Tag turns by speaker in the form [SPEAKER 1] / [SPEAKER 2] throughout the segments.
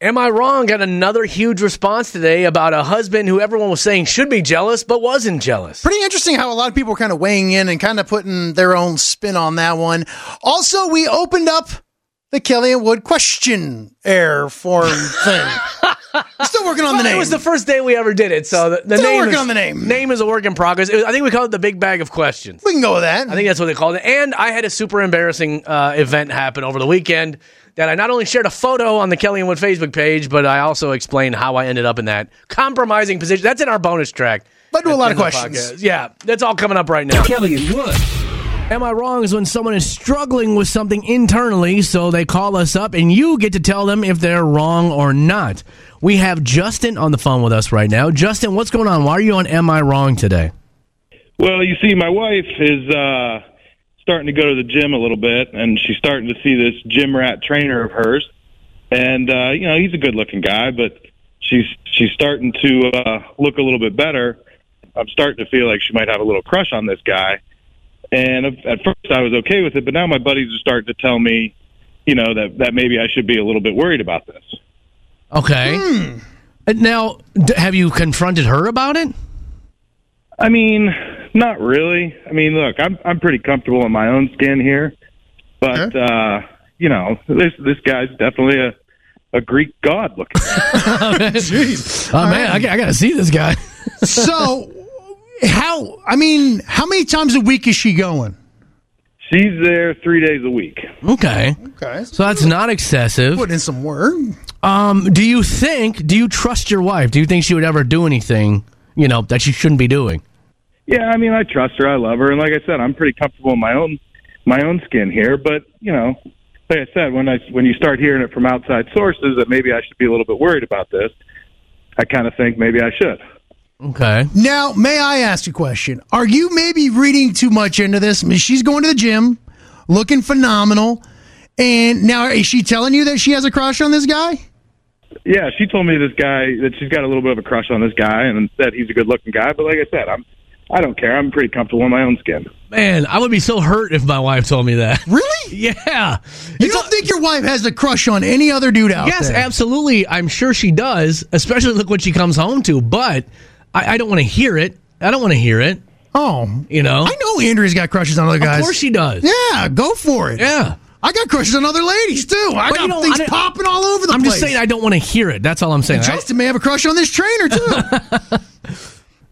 [SPEAKER 1] Am I wrong? Got another huge response today about a husband who everyone was saying should be jealous but wasn't jealous.
[SPEAKER 2] Pretty interesting how a lot of people were kind of weighing in and kind of putting their own spin on that one. Also, we opened up the Killian Wood question air form thing. We're still working on the
[SPEAKER 1] Well,
[SPEAKER 2] name.
[SPEAKER 1] It was the first day we ever did it, so the, the
[SPEAKER 2] Still
[SPEAKER 1] name
[SPEAKER 2] working
[SPEAKER 1] is,
[SPEAKER 2] on the name.
[SPEAKER 1] Name is a work in progress. It was- I think we called it the big bag of questions.
[SPEAKER 2] we can go with that.
[SPEAKER 1] I think that's what they called it. And I had a super embarrassing uh, event happen over the weekend that I not only shared a photo on the Kelly and Wood Facebook page, but I also explained how I ended up in that compromising position. That's in our bonus track.
[SPEAKER 2] But do a lot of
[SPEAKER 1] in the
[SPEAKER 2] questions.
[SPEAKER 1] podcast. Yeah, that's all coming up right now.
[SPEAKER 3] Kelly and Wood.
[SPEAKER 1] Am I wrong is when someone is struggling with something internally, so they call us up and you get to tell them if they're wrong or not. We have Justin on the phone with us right now. Justin, what's going on? Why are you on Am I Wrong today?
[SPEAKER 4] Well, you see, my wife is uh, starting to go to the gym a little bit, and she's starting to see this gym rat trainer of hers. And uh, you know, he's a good-looking guy, but she's she's starting to uh, look a little bit better. I'm starting to feel like she might have a little crush on this guy. And at at first, I was okay with it, but now my buddies are starting to tell me, you know, that that maybe I should be a little bit worried about this.
[SPEAKER 1] Okay. Uh, Now, d- have you confronted her about it?
[SPEAKER 4] I mean, not really. I mean, look, I'm I'm pretty comfortable in my own skin here, but uh, you know, this this guy's definitely a a Greek god looking.
[SPEAKER 1] Jeez. Oh, man, I, got to see this guy.
[SPEAKER 2] so, how? I mean, how many times a week is she going?
[SPEAKER 4] She's there three days a week.
[SPEAKER 1] okay.
[SPEAKER 2] Okay,
[SPEAKER 1] So that's not excessive.
[SPEAKER 2] put in some work.
[SPEAKER 1] Um, do you think, do you trust your wife? Do you think she would ever do anything, you know, that she shouldn't be doing?
[SPEAKER 4] Yeah, I mean, I trust her. I love her, and like I said, I'm pretty comfortable in my own my own skin here. But you know, like I said, when I when you start hearing it from outside sources that maybe I should be a little bit worried about this, I kind of think maybe I should.
[SPEAKER 1] Okay.
[SPEAKER 2] Now, may I ask a question? Are you maybe reading too much into this? I mean, she's going to the gym, looking phenomenal, and now is she telling you that she has a crush on this guy?
[SPEAKER 4] Yeah, she told me this guy that she's got a little bit of a crush on this guy, and said he's a good-looking guy. But like I said, I'm I don't care. I'm pretty comfortable in my own skin.
[SPEAKER 1] Man, I would be so hurt if my wife told me that.
[SPEAKER 2] Really?
[SPEAKER 1] Yeah.
[SPEAKER 2] You don't think your wife has a crush on any other dude out
[SPEAKER 1] Yes,
[SPEAKER 2] there?
[SPEAKER 1] absolutely. I'm sure she does, especially look what she comes home to. But I, I don't want to hear it. I don't want to hear it,
[SPEAKER 2] Oh,
[SPEAKER 1] you know?
[SPEAKER 2] I know Andrea's got crushes on other guys.
[SPEAKER 1] Of course she does.
[SPEAKER 2] Yeah, go for it.
[SPEAKER 1] Yeah.
[SPEAKER 2] I got crushes on other ladies too. I
[SPEAKER 1] But
[SPEAKER 2] got
[SPEAKER 1] you know,
[SPEAKER 2] things
[SPEAKER 1] I-
[SPEAKER 2] popping all over the
[SPEAKER 1] I'm
[SPEAKER 2] place.
[SPEAKER 1] just saying I don't want to hear it. That's all I'm saying. I-
[SPEAKER 2] Justin may have a crush on this trainer too.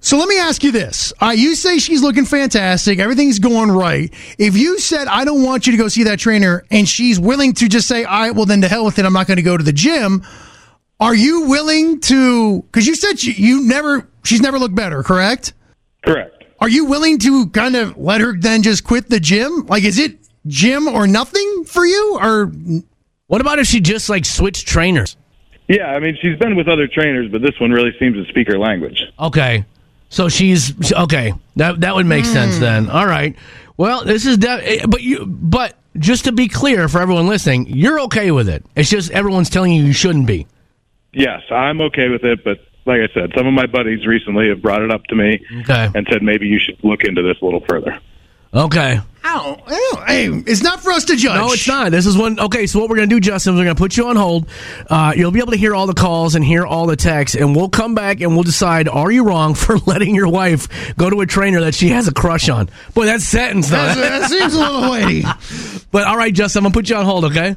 [SPEAKER 2] so let me ask you this: All right, you say she's looking fantastic, everything's going right. If you said I don't want you to go see that trainer, and she's willing to just say, "All right, well then to hell with it, I'm not going to go to the gym," are you willing to? Because you said she, you never, she's never looked better, correct?
[SPEAKER 4] Correct.
[SPEAKER 2] Are you willing to kind of let her then just quit the gym? Like, is it gym or nothing for you? Or
[SPEAKER 1] What about if she just like switched trainers?
[SPEAKER 4] Yeah, I mean, she's been with other trainers, but this one really seems to speak her language.
[SPEAKER 1] Okay. So she's okay. That that would make sense then. All right. Well, this is de- eh, but you but just to be clear for everyone listening, you're okay with it. It's just everyone's telling you you shouldn't be.
[SPEAKER 4] Yes, I'm okay with it, but like I said, some of my buddies recently have brought it up to me
[SPEAKER 1] Okay.
[SPEAKER 4] and said maybe you should look into this a little further.
[SPEAKER 1] Okay.
[SPEAKER 2] ow, ow, hey, it's not for us to judge.
[SPEAKER 1] No, it's not. This is one. Okay, so what we're going to do, Justin, is we're going to put you on hold. Uh, you'll be able to hear all the calls and hear all the texts, and we'll come back and we'll decide are you wrong for letting your wife go to a trainer that she has a crush on? Boy, that sentence,
[SPEAKER 2] That's-
[SPEAKER 1] though.
[SPEAKER 2] that seems a little weighty.
[SPEAKER 1] but all right, Justin, I'm going to put you on hold, okay?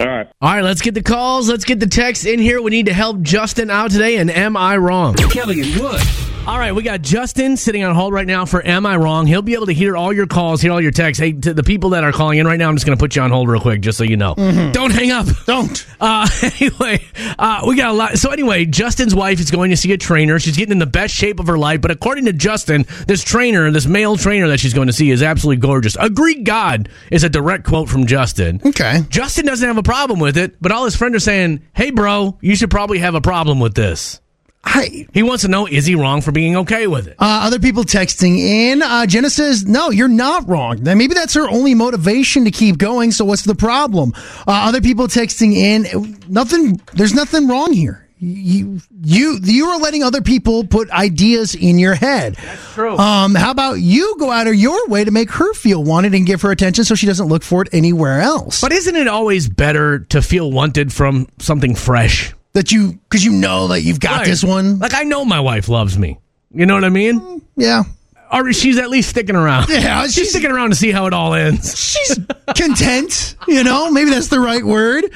[SPEAKER 4] All right.
[SPEAKER 1] All right, let's get the calls. Let's get the texts in here. We need to help Justin out today, and am I wrong?
[SPEAKER 3] Kelly and Wood.
[SPEAKER 1] All right, we got Justin sitting on hold right now for Am I Wrong? He'll be able to hear all your calls, hear all your texts. Hey, to the people that are calling in right now, I'm just going to put you on hold real quick, just so you know. Don't hang up.
[SPEAKER 2] Don't.
[SPEAKER 1] Uh, anyway, uh, we got a lot. So anyway, Justin's wife is going to see a trainer. She's getting in the best shape of her life, but according to Justin, this trainer, this male trainer that she's going to see, is absolutely gorgeous. A Greek god is a direct quote from Justin.
[SPEAKER 2] Okay.
[SPEAKER 1] Justin doesn't have a problem with it, but all his friends are saying, "Hey, bro, you should probably have a problem with this."
[SPEAKER 2] Hi.
[SPEAKER 1] He wants to know, is he wrong for being okay with it?
[SPEAKER 2] Uh, other people texting in. Uh, Jenna says, "No, you're not wrong. Then maybe that's her only motivation to keep going. So what's the problem?" Uh, other people texting in. Nothing. There's nothing wrong here. You you you are letting other people put ideas in your head. That's
[SPEAKER 1] true.
[SPEAKER 2] Um, how about you go out of your way to make her feel wanted and give her attention so she doesn't look for it anywhere else?
[SPEAKER 1] But isn't it always better to feel wanted from something fresh?
[SPEAKER 2] that you because you know that you've got
[SPEAKER 1] Right.
[SPEAKER 2] this one.
[SPEAKER 1] Like I know my wife loves me. You know what I mean?
[SPEAKER 2] Yeah,
[SPEAKER 1] Or she's at least sticking around.
[SPEAKER 2] Yeah,
[SPEAKER 1] she's,
[SPEAKER 2] she's-
[SPEAKER 1] sticking around to see how it all ends.
[SPEAKER 2] she's content. You know, maybe that's the right word.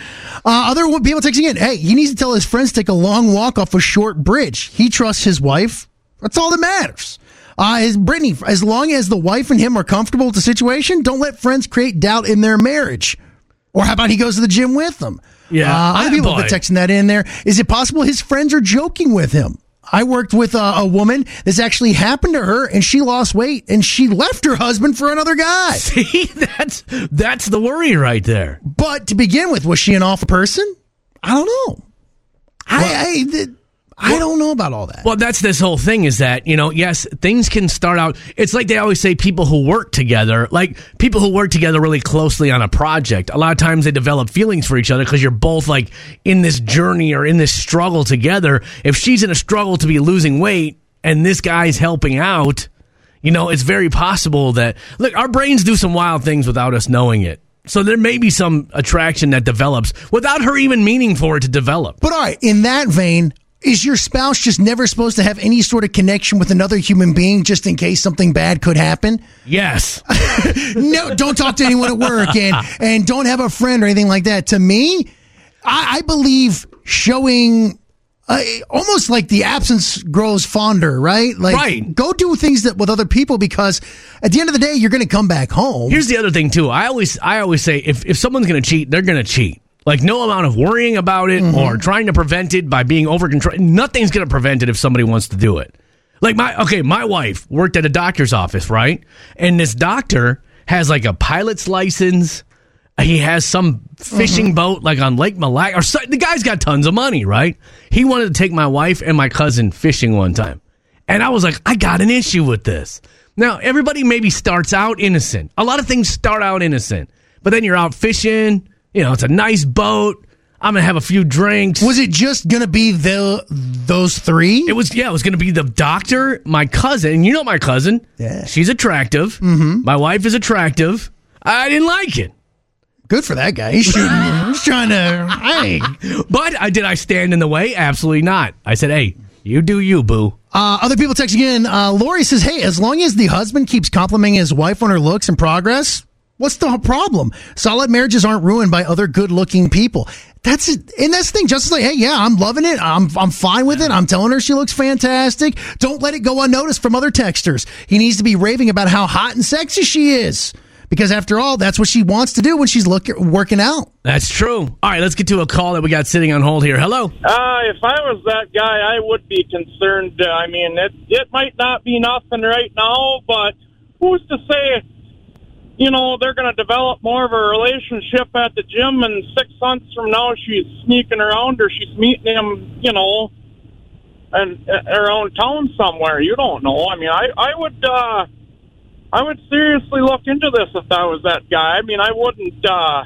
[SPEAKER 2] Uh, other w- people texting in, hey, he needs to tell his friends to take a long walk off a short bridge. He trusts his wife. That's all that matters. Uh, as Brittany, as long as the wife and him are comfortable with the situation, don't let friends create doubt in their marriage. Or how about he goes to the gym with them?
[SPEAKER 1] Yeah,
[SPEAKER 2] uh, other
[SPEAKER 1] I-
[SPEAKER 2] people have been
[SPEAKER 1] boy.
[SPEAKER 2] texting that in there. Is it possible his friends are joking with him? I worked with a, a woman. This actually happened to her, and she lost weight, and she left her husband for another guy.
[SPEAKER 1] See, that's that's the worry right there.
[SPEAKER 2] But to begin with, was she an awful person? I don't know. I I, th- I don't know about all that.
[SPEAKER 1] Well, that's this whole thing is that, you know, yes, things can start out. It's like they always say people who work together, like people who work together really closely on a project, a lot of times they develop feelings for each other because you're both like in this journey or in this struggle together. If she's in a struggle to be losing weight and this guy's helping out, you know, it's very possible that, look, our brains do some wild things without us knowing it. So there may be some attraction that develops without her even meaning for it to develop.
[SPEAKER 2] But all right, in that vein, is your spouse just never supposed to have any sort of connection with another human being just in case something bad could happen?
[SPEAKER 1] Yes.
[SPEAKER 2] No, don't talk to anyone at work and and don't have a friend or anything like that. To me, I, I believe showing. Uh, almost like the absence grows fonder, right? Like,
[SPEAKER 1] Right.
[SPEAKER 2] go do things that with other people because at the end of the day, you're going to come back home.
[SPEAKER 1] Here's the other thing too. I always I always say if, if someone's gonna cheat, they're gonna cheat. Like no amount of worrying about it or trying to prevent it by being over control. Nothing's gonna prevent it if somebody wants to do it. Like my okay, my wife worked at a doctor's office, right? And this doctor has like a pilot's license. He has some fishing boat like on Lake Malak or so, the guy's got tons of money, right? He wanted to take my wife and my cousin fishing one time. And I was like, I got an issue with this. Now, everybody maybe starts out innocent. A lot of things start out innocent, but then you're out fishing. You know, it's a nice boat. I'm going to have a few drinks.
[SPEAKER 2] Was it just gonna be the those three?
[SPEAKER 1] it was, yeah, it was going to be the doctor, my cousin. And you know my cousin.
[SPEAKER 2] Yeah.
[SPEAKER 1] She's attractive. Mm-hmm. My wife is attractive. I didn't like it.
[SPEAKER 2] Good for that guy. He's shooting. He's trying to. Hey.
[SPEAKER 1] But I did I stand in the way? Absolutely not. I said, hey, you do you, boo.
[SPEAKER 2] Uh, other people texting in. Uh, Lori says, "Hey, as long as the husband keeps complimenting his wife on her looks and progress, what's the problem? Solid marriages aren't ruined by other good-looking people. That's it. and that's the thing. Justin's like, hey, yeah, I'm loving it. I'm I'm fine with it. I'm telling her she looks fantastic. Don't let it go unnoticed from other texters. He needs to be raving about how hot and sexy she is." Because after all, that's what she wants to do when she's look, working out.
[SPEAKER 1] That's true. All right, let's get to a call that we got sitting on hold here. Hello.
[SPEAKER 3] Uh, if I was that guy, I would be concerned. Uh, I mean, it it might not be nothing right now, but who's to say? You know, they're going to develop more of a relationship at the gym, and six months from now, she's sneaking around or she's meeting him. You know, and uh, around town somewhere. You don't know. I mean, I I would uh, I would seriously look into this if I was that guy. I mean, I wouldn't uh,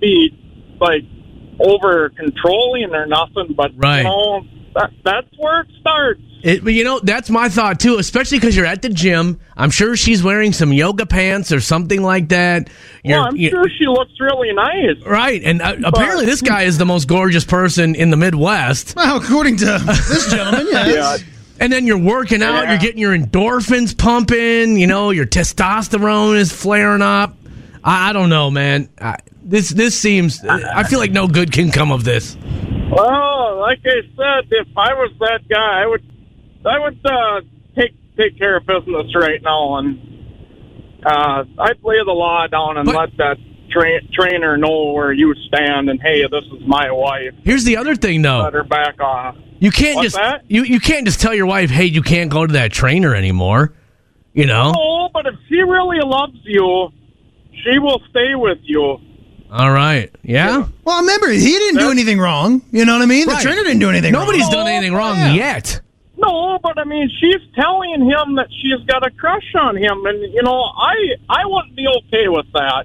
[SPEAKER 3] be like over controlling or nothing, but
[SPEAKER 1] Right.
[SPEAKER 3] you know, that, that's where it starts.
[SPEAKER 1] It, but you know, that's my thought too, especially because you're at the gym. I'm sure she's wearing some yoga pants or something like that. You're,
[SPEAKER 3] Well, I'm
[SPEAKER 1] you-
[SPEAKER 3] sure she looks really nice.
[SPEAKER 1] Right, and uh, apparently this guy is the most gorgeous person in the Midwest.
[SPEAKER 2] Well, according to this gentleman, yes.
[SPEAKER 1] And then you're working out,
[SPEAKER 3] Yeah.
[SPEAKER 1] you're getting your endorphins pumping, you know, your testosterone is flaring up. I, I don't know, man. I, this this seems. I feel like no good can come of this.
[SPEAKER 3] Well, like I said, if I was that guy, I would, I would uh, take take care of business right now, and uh, I'd lay the law down and
[SPEAKER 1] But-
[SPEAKER 3] let that tra- trainer know where you stand. And hey, this is my wife.
[SPEAKER 1] Here's the other thing, though.
[SPEAKER 3] Let her back off.
[SPEAKER 1] You can't
[SPEAKER 3] What's
[SPEAKER 1] just
[SPEAKER 3] that?
[SPEAKER 1] you you can't just tell your wife, hey, you can't go to that trainer anymore. You know.
[SPEAKER 3] Oh, but if she really loves you, she will stay with you.
[SPEAKER 1] All right. Yeah.
[SPEAKER 2] Well, remember, he didn't do anything wrong. You know what I mean? The
[SPEAKER 1] Right.
[SPEAKER 2] trainer didn't do anything
[SPEAKER 1] Nobody's
[SPEAKER 2] wrong.
[SPEAKER 1] done
[SPEAKER 3] Oh,
[SPEAKER 1] anything wrong
[SPEAKER 2] Yeah.
[SPEAKER 1] yet.
[SPEAKER 3] No, but I mean, she's telling him that she's got a crush on him, and you know, I I wouldn't be okay with that.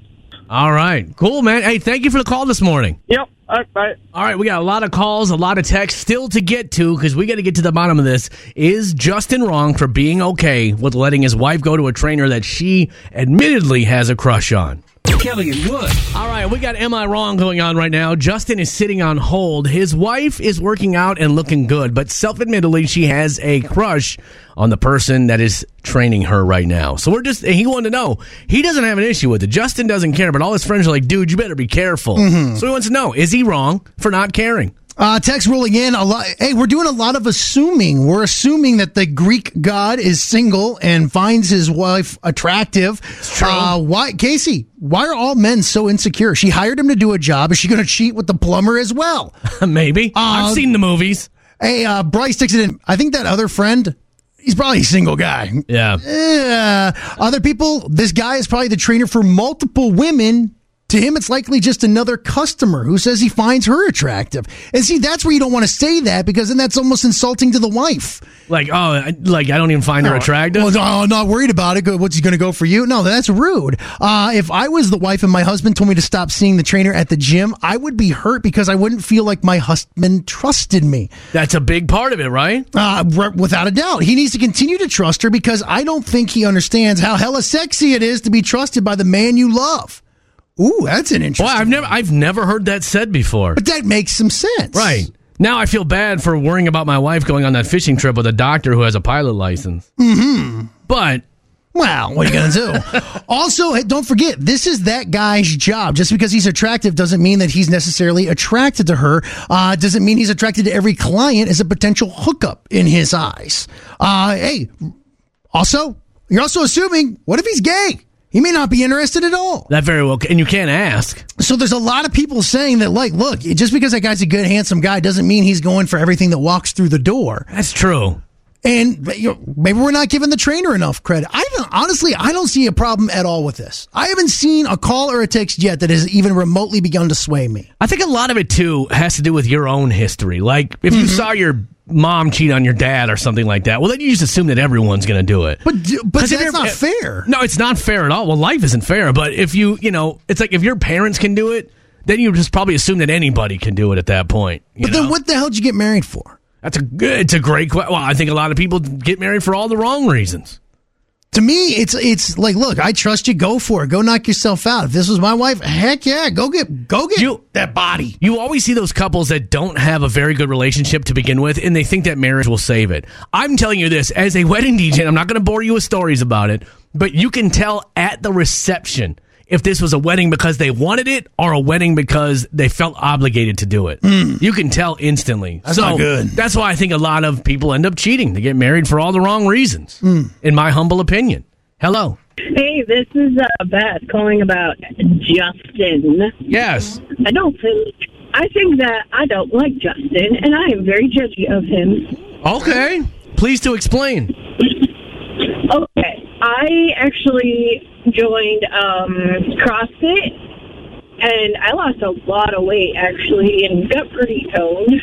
[SPEAKER 1] All right. Cool, man. Hey, thank you for the call this morning.
[SPEAKER 3] Yep, I, I,
[SPEAKER 1] All right, we got a lot of calls, a lot of texts still to get to because we got to get to the bottom of this. Is Justin wrong for being okay with letting his wife go to a trainer that she admittedly has a crush on?
[SPEAKER 5] Kelly and Wood.
[SPEAKER 1] All right, we got Am I Wrong going on right now. Justin is sitting on hold. His wife is working out and looking good, but self admittedly, she has a crush on the person that is training her right now. So we're just, he wanted to know. He doesn't have an issue with it. Justin doesn't care, but all his friends are like, dude, you better be careful. So he wants to know, is he wrong for not caring?
[SPEAKER 2] Uh, text rolling in a lot. Hey, we're doing a lot of assuming. We're assuming that the Greek god is single and finds his wife attractive. Uh, why, Casey? Why are all men so insecure? She hired him to do a job. Is she going to cheat with the plumber as well?
[SPEAKER 1] Maybe. I've seen the movies.
[SPEAKER 2] hey, uh, Bryce texted in. I think that other friend, he's probably a single guy.
[SPEAKER 1] Yeah.
[SPEAKER 2] Uh, other people, this guy is probably the trainer for multiple women. To him, it's likely just another customer who says he finds her attractive. And see, that's where you don't want to say that because then that's almost insulting to the wife.
[SPEAKER 1] Like, oh, I- like, I don't even find her attractive.
[SPEAKER 2] Well, no, I'm not worried about it. Go- What's he going to go for you? No, that's rude. Uh, if I was the wife and my husband told me to stop seeing the trainer at the gym, I would be hurt because I wouldn't feel like my husband trusted me.
[SPEAKER 1] That's a big part of it, right?
[SPEAKER 2] Uh, r- without a doubt, he needs to continue to trust her because I don't think he understands how hella sexy it is to be trusted by the man you love. Ooh, that's an interesting.
[SPEAKER 1] Well, I've never, I've never heard that said before.
[SPEAKER 2] but that makes some sense,
[SPEAKER 1] Right. Now I feel bad for worrying about my wife going on that fishing trip with a doctor who has a pilot license. Mm-hmm. But
[SPEAKER 2] Well, what are you going to do? also, hey, don't forget, this is that guy's job. Just because he's attractive doesn't mean that he's necessarily attracted to her. Uh, doesn't mean he's attracted to every client as a potential hookup in his eyes. Uh, hey, also, you're also assuming, what if he's gay? He may not be interested at all.
[SPEAKER 1] that very well, and you can't ask.
[SPEAKER 2] So there's a lot of people saying that, like, look, just because that guy's a good, handsome guy doesn't mean he's going for everything that walks through the door.
[SPEAKER 1] That's true.
[SPEAKER 2] And you know, maybe we're not giving the trainer enough credit. I don't, honestly, I don't see a problem at all with this. I haven't seen a call or a text yet that has even remotely begun to sway me.
[SPEAKER 1] I think a lot of it too has to do with your own history. Like if you saw your mom cheat on your dad or something like that, well, then you just assume that everyone's going to do it.
[SPEAKER 2] But d- but
[SPEAKER 1] 'Cause if
[SPEAKER 2] that's
[SPEAKER 1] you're-
[SPEAKER 2] not fair.
[SPEAKER 1] No, it's not fair at all. Well, life isn't fair. But if you, you know, it's like if your parents can do it, then you just probably assume that anybody can do it at that point. you
[SPEAKER 2] but then
[SPEAKER 1] know?
[SPEAKER 2] what the hell did you get married for?
[SPEAKER 1] That's a good. It's a great question. Well, I think a lot of people get married for all the wrong reasons.
[SPEAKER 2] To me, it's it's like, look, I trust you. Go for it. Go knock yourself out. If this was my wife, heck yeah, go get go get
[SPEAKER 1] You-
[SPEAKER 2] that body.
[SPEAKER 1] You always see those couples that don't have a very good relationship to begin with, and they think that marriage will save it. I'm telling you this as a wedding DJ, and I'm not going to bore you with stories about it, but you can tell at the reception if this was a wedding because they wanted it or a wedding because they felt obligated to do it. You can tell instantly. That's so
[SPEAKER 2] Hmm. not good.
[SPEAKER 1] that's why I think a lot of people end up cheating. They get married for all the wrong reasons,
[SPEAKER 2] Hmm.
[SPEAKER 1] in my humble opinion. Hello.
[SPEAKER 6] Hey, this is uh, Beth calling about Justin.
[SPEAKER 1] Yes.
[SPEAKER 6] I don't think I think that I don't like Justin, and I am very judgy of him.
[SPEAKER 1] Okay. Please to explain.
[SPEAKER 6] Okay, I actually joined um, CrossFit, and I lost a lot of weight actually, and got pretty toned.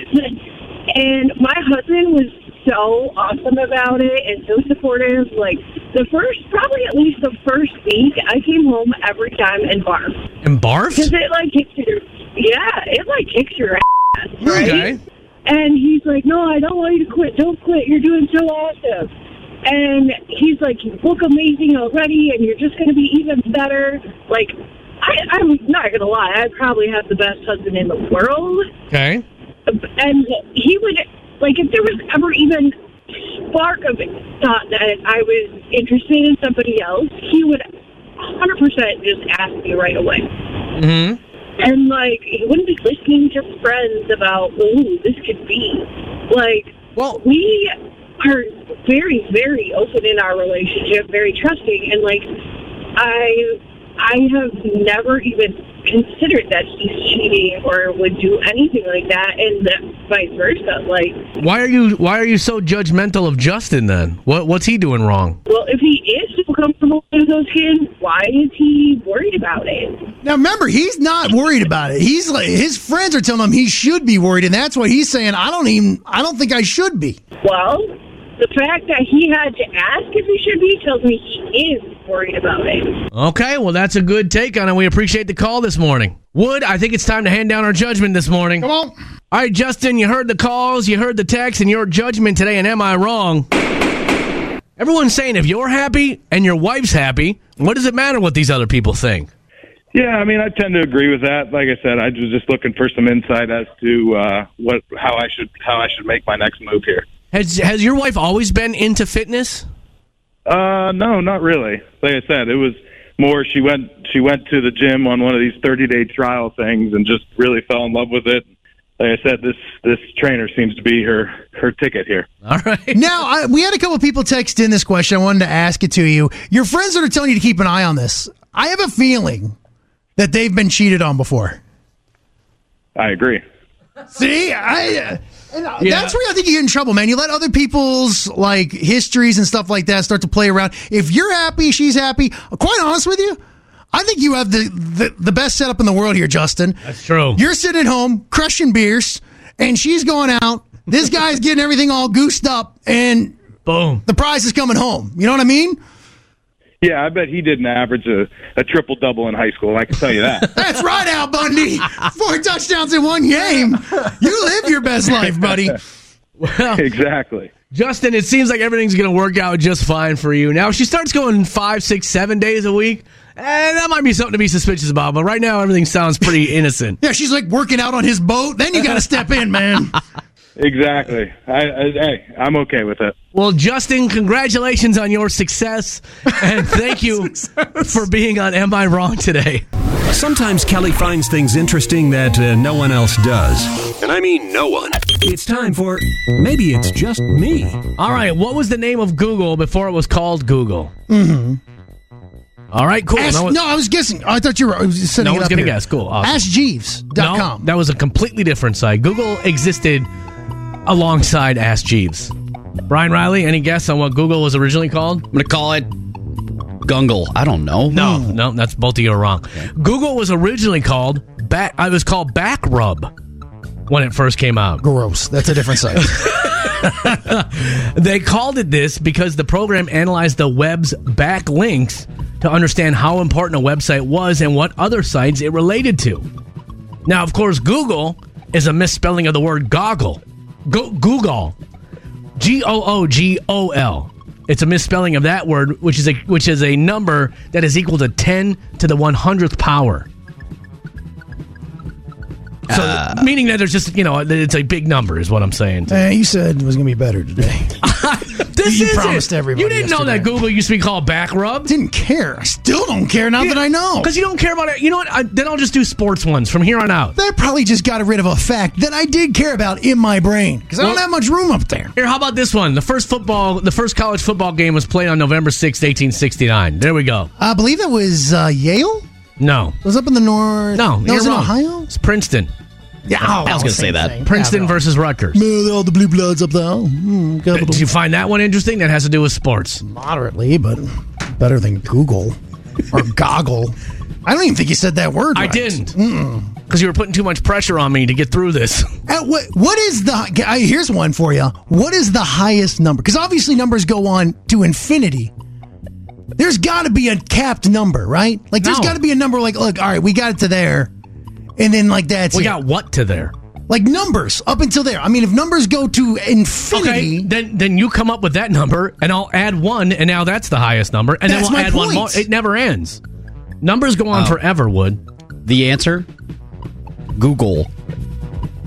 [SPEAKER 6] and my husband was so awesome about it and so supportive. Like the first, probably at least the first week, I came home every time and barfed.
[SPEAKER 1] And barfed?
[SPEAKER 6] Because it like kicks your, yeah, it like kicks your ass, right?
[SPEAKER 1] Okay.
[SPEAKER 6] And he's like, no, I don't want you to quit. Don't quit. You're doing so awesome. And he's like, you look amazing already, and you're just going to be even better. Like, I, I'm not going to lie, I probably have the best husband in the world.
[SPEAKER 1] Okay.
[SPEAKER 6] And he would, like, if there was ever even spark of thought that I was interested in somebody else, he would 100% just ask me right away.
[SPEAKER 1] Mm hmm.
[SPEAKER 6] And like, you wouldn't be listening to friends about, ooh, this could be. Like,
[SPEAKER 1] Well,
[SPEAKER 6] we are very, very open in our relationship, very trusting, and like, I, I have never even considered that he's cheating or would do anything like that, and vice versa. Like,
[SPEAKER 1] Why are you why are you so judgmental of Justin then? What what's he doing wrong?
[SPEAKER 6] well, if he is so comfortable with those kids, why is he worried about it?
[SPEAKER 2] Now remember, he's not worried about it. He's like his friends are telling him he should be worried, and that's why he's saying, I don't even I don't think I should be.
[SPEAKER 6] Well, the fact that he had to ask if he should be tells me he is worried about it.
[SPEAKER 1] Okay, well that's a good take on it. We appreciate the call this morning. Wood, I think it's time to hand down our judgment this morning.
[SPEAKER 2] Come on.
[SPEAKER 1] All right, Justin, you heard the calls, you heard the text, and your judgment today, and am I wrong? Everyone's saying if you're happy and your wife's happy, what does it matter what these other people think?
[SPEAKER 4] Yeah, I mean, I tend to agree with that. Like I said, I was just looking for some insight as to uh, what how I should how I should make my next move here.
[SPEAKER 1] Has has your wife always been into fitness?
[SPEAKER 4] Uh, no, not really. Like I said, it was more she went she went to the gym on one of these 30 day trial things and just really fell in love with it. Like I said, this this trainer seems to be her her ticket here.
[SPEAKER 1] All right.
[SPEAKER 2] Now, I, we had a couple of people text in this question. I wanted to ask it to you. Your friends that are telling you to keep an eye on this, I have a feeling that they've been cheated on before.
[SPEAKER 4] I agree.
[SPEAKER 2] See, I. And uh,
[SPEAKER 1] Yeah.
[SPEAKER 2] That's where I think you get in trouble, man. You let other people's like histories and stuff like that start to play around. If you're happy, she's happy. Quite honest with you, I think you have the the, the best setup in the world here, Justin.
[SPEAKER 1] That's true.
[SPEAKER 2] You're sitting at home crushing beers, and she's going out. This guy's getting everything all goosed up, and
[SPEAKER 1] Boom.
[SPEAKER 2] the prize is coming home. You know what I mean?
[SPEAKER 4] Yeah, I bet he didn't average a, a triple double in high school. I can tell you that.
[SPEAKER 2] That's right, Al Bundy. Four touchdowns in one game. You live your best life, buddy.
[SPEAKER 4] exactly.
[SPEAKER 1] Justin, it seems like everything's going to work out just fine for you. Now, if she starts going five, six, seven days a week, eh, that might be something to be suspicious about. But right now, everything sounds pretty innocent.
[SPEAKER 2] Yeah, she's like working out on his boat. Then you got to step in, man.
[SPEAKER 4] Exactly. I, I, hey, I'm okay with it.
[SPEAKER 1] Well, Justin, congratulations on your success. And thank you for being on Am I Wrong today.
[SPEAKER 5] Sometimes Kelly finds things interesting that uh, no one else does. And I mean no one. It's time for Maybe It's Just Me.
[SPEAKER 1] All right. What was the name of Google before it was called Google? Mm-hmm. right, cool.
[SPEAKER 2] Ask,
[SPEAKER 1] That was-
[SPEAKER 2] no, I was guessing. Oh, I thought you were I was just setting
[SPEAKER 1] No
[SPEAKER 2] it
[SPEAKER 1] one's
[SPEAKER 2] up
[SPEAKER 1] gonna
[SPEAKER 2] here.
[SPEAKER 1] guess. Cool. Awesome. no,
[SPEAKER 2] AskJeeves.com.
[SPEAKER 1] that was a completely different site. Google existed alongside Ask Jeeves. Brian Riley, any guess on what Google was originally called?
[SPEAKER 7] I'm going to call it Gungle. I don't know.
[SPEAKER 1] No, no, that's both of you are wrong. Google was originally called back. I was called Back Rub when it first came out.
[SPEAKER 2] Gross. That's a different site.
[SPEAKER 1] They called it this because the program analyzed the web's backlinks to understand how important a website was and what other sites it related to. Now, of course, Google is a misspelling of the word goggle. Go- Google. G O O G O L. It's a misspelling of that word, which is a which is a number that is equal to ten to the one hundredth power. So, meaning that there's just you know it's a big number is what I'm saying.
[SPEAKER 2] Eh, you said it was going to be better today.
[SPEAKER 1] This
[SPEAKER 2] You
[SPEAKER 1] is
[SPEAKER 2] promised
[SPEAKER 1] it.
[SPEAKER 2] everybody
[SPEAKER 1] You didn't know
[SPEAKER 2] yesterday.
[SPEAKER 1] that Google used to be called back rub
[SPEAKER 2] Didn't care. I still don't care now that I know.
[SPEAKER 1] because you don't care about it. You know what? I, then I'll just do sports ones from here on out.
[SPEAKER 2] That probably just got rid of a fact that I did care about in my brain because I don't
[SPEAKER 1] Well-
[SPEAKER 2] have much room up there.
[SPEAKER 1] Here, how about this one? The first football, the first college football game was played on November sixth, eighteen sixty nine. There we go.
[SPEAKER 2] I believe that was uh, Yale.
[SPEAKER 1] No,
[SPEAKER 2] It was up in the north.
[SPEAKER 1] no,
[SPEAKER 2] that
[SPEAKER 1] you're
[SPEAKER 2] was in
[SPEAKER 1] wrong.
[SPEAKER 2] Ohio.
[SPEAKER 1] It's Princeton.
[SPEAKER 2] Yeah,
[SPEAKER 7] I was gonna say that.
[SPEAKER 1] Princeton versus Rutgers.
[SPEAKER 2] versus all the blue bloods up there. Mm, got a
[SPEAKER 1] Did
[SPEAKER 2] little
[SPEAKER 1] you find that one interesting? That has to do with sports.
[SPEAKER 2] moderately, but better than Google or goggle. I don't even think you said that word.
[SPEAKER 1] I
[SPEAKER 2] right.
[SPEAKER 1] didn't because you were putting too much pressure on me to get through this.
[SPEAKER 2] At what what is the I, here's one for you. What is the highest number? Because obviously numbers go on to infinity. There's got to be a capped number, right? Like there's
[SPEAKER 1] No.
[SPEAKER 2] got to be a number. Like look, all right, we got it to there, and then like that's
[SPEAKER 1] We
[SPEAKER 2] it.
[SPEAKER 1] got what to there?
[SPEAKER 2] like numbers up until there. I mean, if numbers go to infinity,
[SPEAKER 1] Okay, then then you come up with that number, and I'll add one, and now that's the highest number, and
[SPEAKER 2] That's
[SPEAKER 1] then we'll
[SPEAKER 2] my
[SPEAKER 1] add one
[SPEAKER 2] point.
[SPEAKER 1] more. It never ends. Numbers go on
[SPEAKER 7] Oh.
[SPEAKER 1] forever, Wood.
[SPEAKER 7] The answer Google.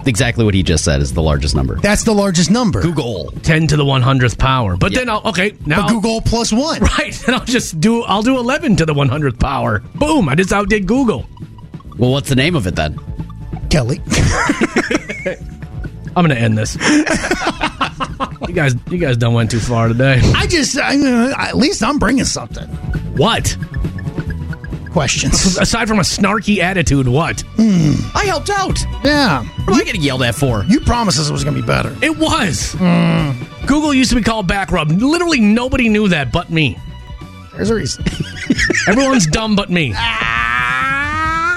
[SPEAKER 7] Exactly what he just said is the largest number.
[SPEAKER 2] that's the largest number.
[SPEAKER 7] Google.
[SPEAKER 1] Ten to the one hundredth power. But then I'll okay now.
[SPEAKER 2] But Google plus one.
[SPEAKER 1] Right, then I'll just do I'll do eleven to the one hundredth power. Boom! I just outdid Google.
[SPEAKER 7] Well, what's the name of it then?
[SPEAKER 2] Kelly.
[SPEAKER 1] I'm gonna end this. you guys, you guys done went too far today.
[SPEAKER 2] I just I, at least I'm bringing something.
[SPEAKER 1] What?
[SPEAKER 2] Questions.
[SPEAKER 1] Aside from a snarky attitude, what?
[SPEAKER 7] I helped out.
[SPEAKER 2] yeah,
[SPEAKER 7] What am I getting yelled at for?
[SPEAKER 2] you promised us it was gonna be better.
[SPEAKER 1] It was.
[SPEAKER 2] Hmm.
[SPEAKER 1] Google used to be called back rub. Literally nobody knew that but me.
[SPEAKER 2] There's a reason.
[SPEAKER 1] Everyone's dumb but me.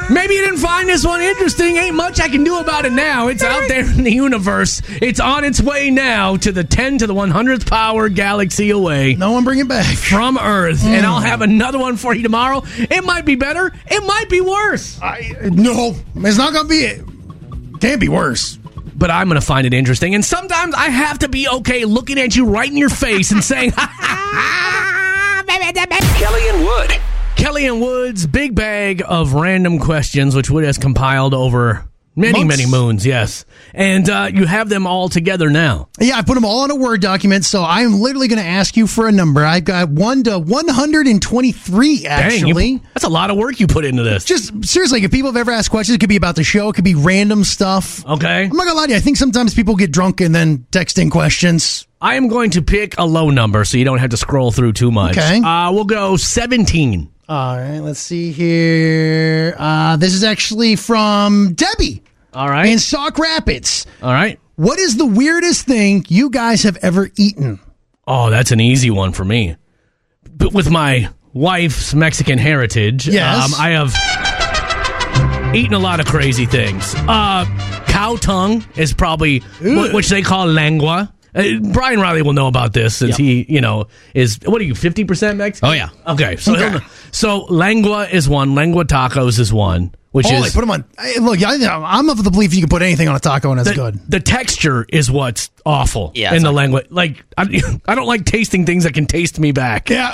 [SPEAKER 1] Maybe you didn't find this one interesting. Ain't much I can do about it now. It's out there in the universe. It's on its way now to the 10 to the 100th power galaxy away
[SPEAKER 2] No one bring it back.
[SPEAKER 1] from Earth. And I'll have another one for you tomorrow. It might be better. It might be worse.
[SPEAKER 2] I, no, it's not gonna be it. Can't be worse.
[SPEAKER 1] But I'm going to find it interesting. And sometimes I have to be okay looking at you right in your face and saying,
[SPEAKER 5] Kelly and Wood.
[SPEAKER 1] Kelly and Woods' big bag of random questions, which Wood has compiled over many,
[SPEAKER 2] Months.
[SPEAKER 1] many moons. Yes, and uh, you have them all together now.
[SPEAKER 2] Yeah, I put them all on a Word document, so I am literally going to ask you for a number. I've got one to 123,
[SPEAKER 1] Dang, you-
[SPEAKER 2] actually.
[SPEAKER 1] that's a lot of work you put into this.
[SPEAKER 2] Just seriously, if people have ever asked questions, it could be about the show, it could be random stuff.
[SPEAKER 1] Okay,
[SPEAKER 2] I'm not going to lie to you. I think sometimes people get drunk and then text in questions.
[SPEAKER 1] I am going to pick a low number so you don't have to scroll through too much.
[SPEAKER 2] Okay.
[SPEAKER 1] uh, we'll go seventeen.
[SPEAKER 2] All right, let's see here. Uh, this is actually from Debbie Oh.
[SPEAKER 1] All right,
[SPEAKER 2] in Sauk Rapids.
[SPEAKER 1] all right.
[SPEAKER 2] What is the weirdest thing you guys have ever eaten?
[SPEAKER 1] Oh, that's an easy one for me. But with my wife's Mexican heritage, um,
[SPEAKER 2] Yes.
[SPEAKER 1] I have eaten a lot of crazy things. Uh, cow tongue is probably wh- which they call lengua. Uh, Brian Riley will know about this since he, you know, is what are you fifty percent Mexican?
[SPEAKER 7] Oh, yeah.
[SPEAKER 1] Okay, so he'll know. so lengua is one. Lengua tacos is one, which
[SPEAKER 2] Oh,
[SPEAKER 1] is
[SPEAKER 2] they put them on. Hey, look, I, I'm of the belief you can put anything on a taco and it's
[SPEAKER 1] the,
[SPEAKER 2] good.
[SPEAKER 1] the texture is what's awful
[SPEAKER 7] Yeah,
[SPEAKER 1] in
[SPEAKER 7] it's
[SPEAKER 1] the language. Like I, I don't like tasting things that can taste me back.
[SPEAKER 2] Yeah,